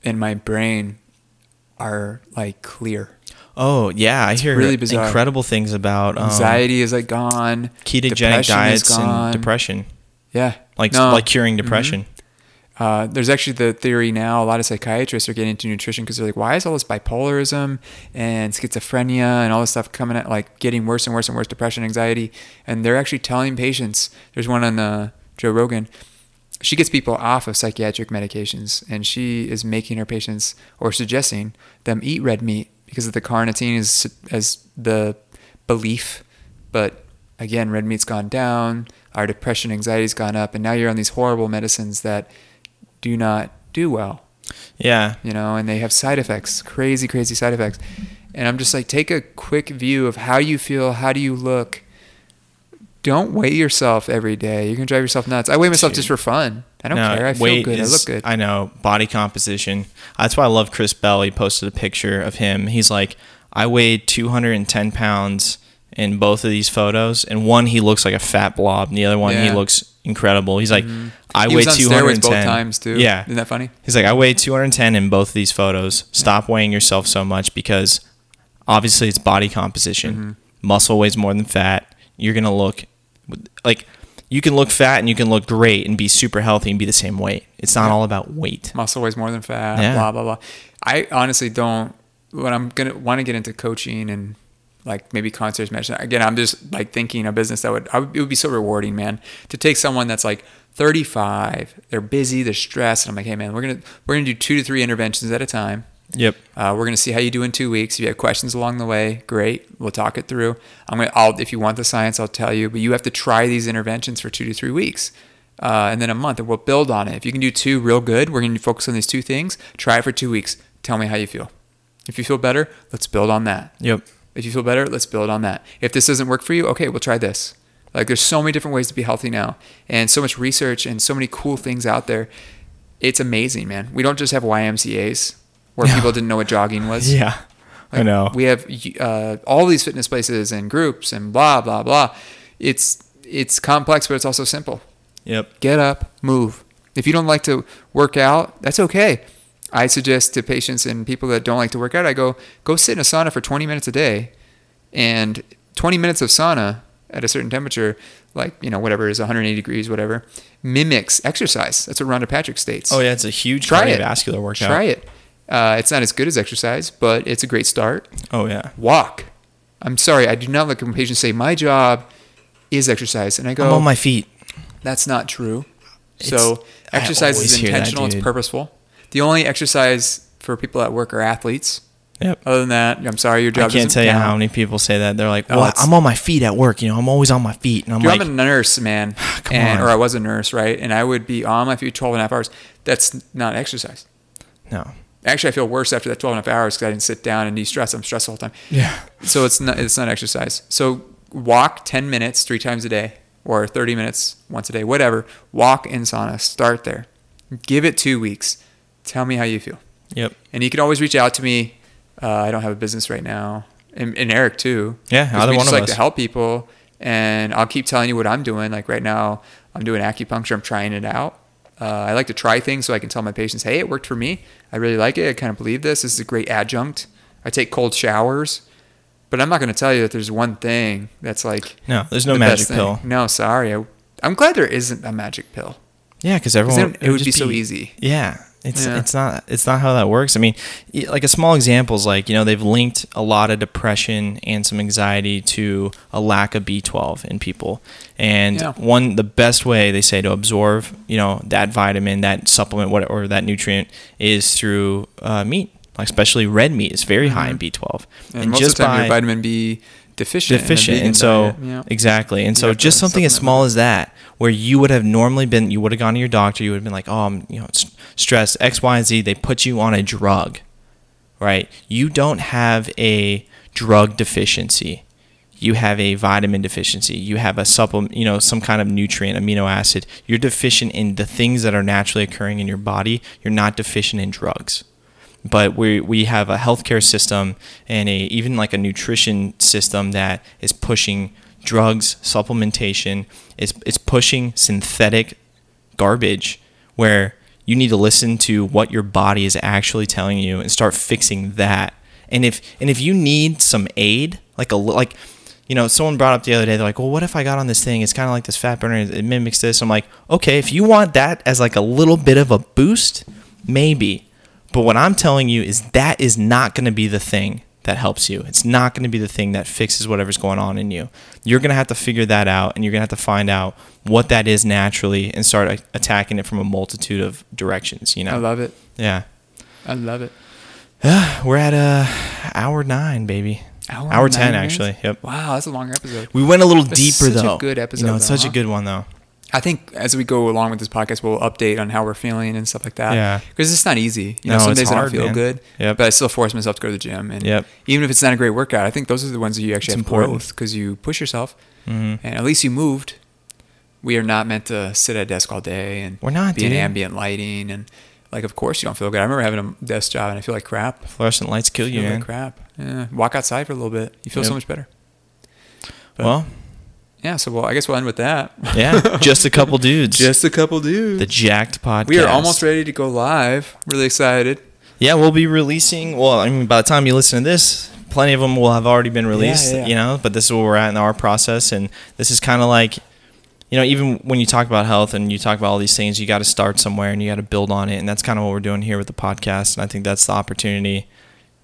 and my brain are like clear.
oh yeah, I hear
really bizarre.
incredible things about um,
Anxiety is like gone.
ketogenic
Depression is
diets
gone.
and depression,
Yeah.
like
No. Mm-hmm.
like curing depression.
Uh, there's actually the theory now a lot of psychiatrists are getting into nutrition because they're like, why is all this bipolarism and schizophrenia and all this stuff coming at like getting worse and worse and worse, depression, anxiety? And they're actually telling patients, there's one on uh, Joe Rogan, she gets people off of psychiatric medications and she is making her patients or suggesting them eat red meat because of the carnitine is as the belief but again red meat's gone down our depression anxiety's gone up and now you're on these horrible medicines that do not do well
Yeah,
you know, and they have side effects, crazy, crazy side effects. And I'm just like, take a quick view of how you feel, how do you look. Don't weigh yourself every day. You can drive yourself nuts. I weigh myself just for fun. I don't
No,
care. I feel
weight
good.
is-
I look good.
I know body composition. That's why I love Chris Bell. He posted a picture of him. He's like, I weighed 210 pounds in both of these photos, and one he looks like a fat blob, and the other one he
Yeah. Mm-hmm.
looks incredible. He's like, I weigh
he was on steroids
210
both times too.
Yeah,
isn't that funny?
He's like, I weigh 210 in both of these photos. Stop weighing yourself so much because obviously it's body composition. Muscle weighs more than fat. You're going to look like you can look fat and you can look great and be super healthy and be the same weight. It's not all about weight.
Muscle weighs more than fat.
Yeah.
Blah blah blah. I honestly don't. When I'm gonna want to get into coaching and like maybe concierge management again, I'm just like thinking a business that would, I would it would be so rewarding, man, to take someone that's like 35, they're busy, they're stressed, and I'm like, hey man, we're gonna we're gonna do two to three interventions at a time.
Yep.
Uh, we're gonna see how you do in two weeks. If you have questions along the way, great. We'll talk it through. I'm gonna. I'll, if you want the science, I'll tell you. But you have to try these interventions for two to three weeks, uh, and then a month, and we'll build on it. If you can do two real good, we're gonna focus on these two things. Try it for two weeks. Tell me how you feel. If you feel better, let's build on that.
Yep.
If you feel better, let's build on that. If this doesn't work for you, okay, we'll try this. Like there's so many different ways to be healthy now and so much research and so many cool things out there. It's amazing, man. We don't just have YMCAs where people didn't know what jogging was.
Yeah. I
Like,
know.
We have uh, all these fitness places and groups and blah blah blah. It's it's complex, but it's also simple
Yep.
get up, move. If you don't like to work out, that's okay. I suggest to patients and people that don't like to work out, I go, go sit in a sauna for 20 minutes a day. And 20 minutes of sauna at a certain temperature, like, you know, whatever it is 180 degrees, whatever, mimics exercise. That's what Rhonda Patrick states.
Oh, yeah. It's a huge
Try it.
cardiovascular workout.
Try it. Uh, it's not as good as exercise, but it's a great start
Oh, yeah.
walk. I'm sorry, I do not like when patients say my job is exercise, and I
I'm
go,
on my feet.
that's not true.
It's-
so
I
exercise
always
is
hear that,
intentional. it's
dude.
purposeful. The only exercise for people at work are athletes.
Yep.
Other than that, I'm sorry, your job.
I can't
doesn't
tell you
count.
how many people say that. They're like,
Oh,
well,
it's-
I'm on my feet at work. You know, I'm always on my feet. And I'm
Dude,
like,
I'm a nurse, man,
Come
and,
on.
or I was a nurse, right? And I would be on my feet 12 and a half hours. That's not exercise.
no.
Actually, I feel worse after that 12 and a half hours because I didn't sit down and de-stress. I'm stressed the whole time.
Yeah.
So it's not it's not exercise. So walk 10 minutes three times a day or 30 minutes once a day, whatever. Walk in sauna. Start there. Give it two weeks. Tell me how you feel.
Yep.
And you can always reach out to me. Uh, I don't have a business right now, and, and Eric too.
Yeah,
'Cause
either
we
one
just
of
like
us.
to help people, and I'll keep telling you what I'm doing. Like right now, I'm doing acupuncture. I'm trying it out. Uh, I like to try things so I can tell my patients, "Hey, it worked for me. I really like it. I kind of believe this. This is a great adjunct." I take cold showers, but I'm not going to tell you that there's one thing that's like
No, there's no
the
magic
best thing.
pill.
No, sorry. I, I'm glad there isn't a magic pill.
Yeah, because everyone
then it would
just
be so easy.
Yeah, it's
Yeah.
it's not it's not how that works. I mean, y- like a small example is like you know they've linked a lot of depression and some anxiety to a lack of B12 in people. And
Yeah.
one the best way they say to absorb you know that vitamin, that supplement, what or that nutrient is through uh, meat, like especially red meat is very high in B12.
Mm-hmm. And, most of the time, you're vitamin B deficient. in a
deficient.
vegan
And so
diet. Yeah.
exactly. And so
have to
just something as
supplement
small as that, where you would have normally been, you would have gone to your doctor, you would have been like, oh, I'm you know s- stressed X, Y, and Z. They put you on a drug, right? You don't have a drug deficiency. You have a vitamin deficiency. You have a supplement, you know, some kind of nutrient, amino acid. You're deficient in the things that are naturally occurring in your body. You're not deficient in drugs. But we we have a healthcare system and a even like a nutrition system that is pushing drugs, supplementation. It's it's pushing synthetic garbage where you need to listen to what your body is actually telling you and start fixing that. And if and if you need some aid, like a like, you know, someone brought up the other day, they're like, well, what if I got on this thing? It's kind of like this fat burner. It mimics this. I'm like, okay, if you want that as like a little bit of a boost, maybe. But what I'm telling you is that is not going to be the thing that helps you. It's not going to be the thing that fixes whatever's going on in you. You're going to have to figure that out and you're going to have to find out what that is naturally and start a- attacking it from a multitude of directions, you know.
I love it.
yeah.
I love it.
We're at uh hour 9, baby.
Hour
hour
and
10
nine minutes?
actually. Yep.
Wow, that's a longer episode.
We went a little
That's
deeper
such a
though.
good episode,
You know, it's
though,
such
huh?
a good one though.
I think as we go along with this podcast, we'll update on how we're feeling and stuff like that.
Yeah.
Because it's not easy. You
No,
know, some
it's
days I
hard,
don't feel
man.
good.
Yep.
But I still force myself to go to the gym. And
Yep.
even if it's not a great workout, I think those are the ones that you actually
It's
have
important.
growth because you push yourself
Mhm.
and at least you moved. We are not meant to sit at a desk all day and
We're not,
be in
dude.
ambient lighting and like of course you don't feel good. I remember having a desk job and I feel like crap.
Fluorescent lights kill
I
you,
feel
man.
like crap. Yeah. Walk outside for a little bit. You feel
Yep.
so much better. But-
Well,
Yeah, so well I guess we'll end with that.
yeah, just a couple dudes.
Just a couple dudes.
the jacked podcast.
We are almost ready to go live. Really excited.
Yeah, we'll be releasing. Well, I mean, by the time you listen to this, plenty of them will have already been released.
yeah.
You know, but this is where we're at in our process, and this is kind of like, you know, even when you talk about health and you talk about all these things, you got to start somewhere and you got to build on it, and that's kind of what we're doing here with the podcast. And I think that's the opportunity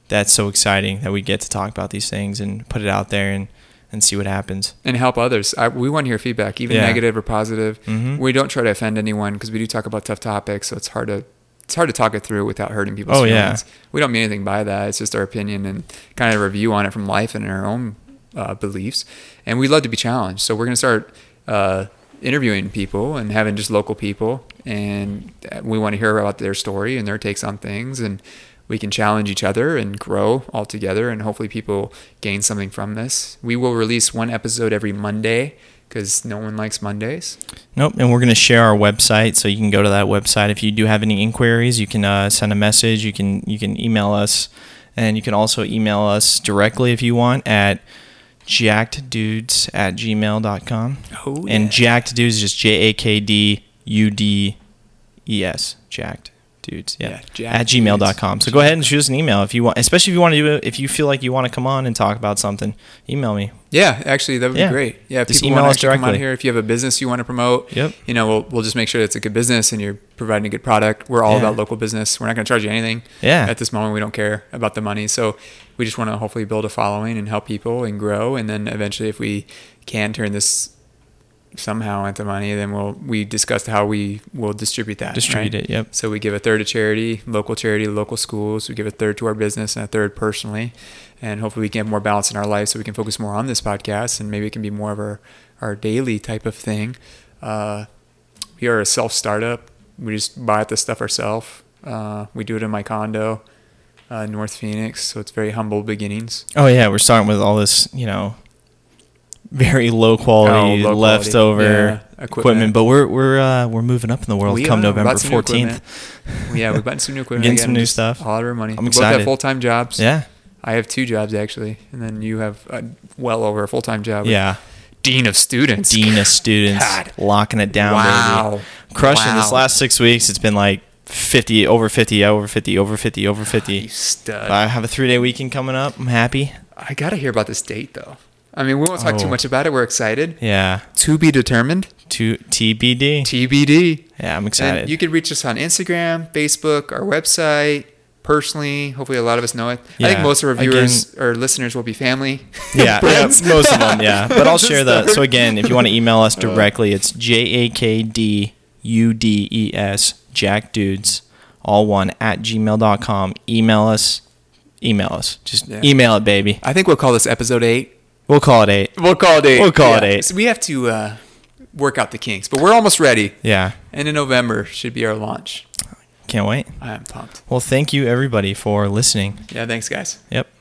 that's so exciting that we get to talk about these things and put it out there and and see what happens.
And help others. I, we want to hear feedback, even
Yeah.
negative or positive.
Mhm.
We don't try to offend anyone because we do talk about tough topics, so it's hard to it's hard to talk it through without hurting people's
Oh, yeah.
feelings. We don't mean anything by that. It's just our opinion and kind of review on it from life and our own uh, beliefs. And we love to be challenged, so we're going to start uh, interviewing people and having just local people, and uh, we want to hear about their story and their takes on things and. We can challenge each other and grow all together, and hopefully, people gain something from this. We will release one episode every Monday because no one likes Mondays.
Nope, and we're going to share our website, so you can go to that website. If you do have any inquiries, you can uh, send a message. You can you can email us, and you can also email us directly if you want at jackeddudes at gmail.com.
Oh,
And
yeah.
jacked dudes is just J A K D U D E S, jacked dudes. Yeah,
Yeah,
at
jacked
gmail.com. So go ahead and shoot us an email if you want, especially if you want to do it, if you feel like you want to come on and talk about something, email me.
Yeah, actually, that would
Yeah.
be great. Yeah, if
Just
people
email
want
us
to actually come on
directly.
here, if you have a business you want to promote,
Yep.
you know, we'll, we'll just make sure it's a good business and you're providing a good product. We're all
Yeah.
about local business. We're not going to charge you anything.
Yeah.
At this moment, we don't care about the money. So we just want to hopefully build a following and help people and grow. And then eventually, if we can turn this somehow into money, then we'll we discussed how we will distribute that.
Distribute
right?
it, yep.
So we give a third to charity, local charity, local schools. We give a third to our business and a third personally, and hopefully we can have more balance in our life so we can focus more on this podcast and maybe it can be more of our our daily type of thing. Uh, we are a self startup. We just buy out the stuff ourselves. Uh, we do it in my condo, uh, North Phoenix. So it's very humble beginnings.
Oh yeah, we're starting with all this, you know, very low quality
Oh, low quality.
leftover
Yeah,
equipment.
equipment.
but we're we're uh, we're moving up in the world
We
come
are.
November
Lots of new
fourteenth.
equipment. yeah, we bought some new equipment.
Getting
again,
some new
just
stuff.
All out of our money.
I'm
we both
excited.
have full time jobs.
Yeah,
I have two jobs actually, and then you have uh, well over a full time job.
yeah.
dean of students.
Dean of students
God.
locking it down,
Wow.
baby. Crushing this
Wow.
last six weeks. It's been like fifty over fifty over fifty over fifty over
You
fifty.
stud.
I have a three day weekend coming up. I'm happy.
I gotta hear about this date though. I mean, we won't talk
Oh.
too much about it. We're excited.
Yeah.
To be determined.
To TBD.
TBD.
yeah, I'm
And
excited.
you can reach us on Instagram, Facebook, our website. Personally, hopefully a lot of us know it. I think
Yeah.
most of our viewers or listeners will be family.
yeah, yeah,
Friends. Uh,
most of them, yeah. But I'll share the.
Sorry.
So again, if you want to email us directly, it's J A K D U D E S Jack Dudes, all one at gmail.com. Email us, email us, just
Yeah.
email it, baby.
I think we'll call this episode eight.
We'll call it eight.
We'll call it eight.
We'll call it
Yeah.
eight.
So we have to uh, work out the kinks, but we're almost ready.
Yeah,
And in November should be our launch. Can't wait.
I am pumped.
Well, thank you everybody for listening.
Yeah, thanks, guys.
Yep.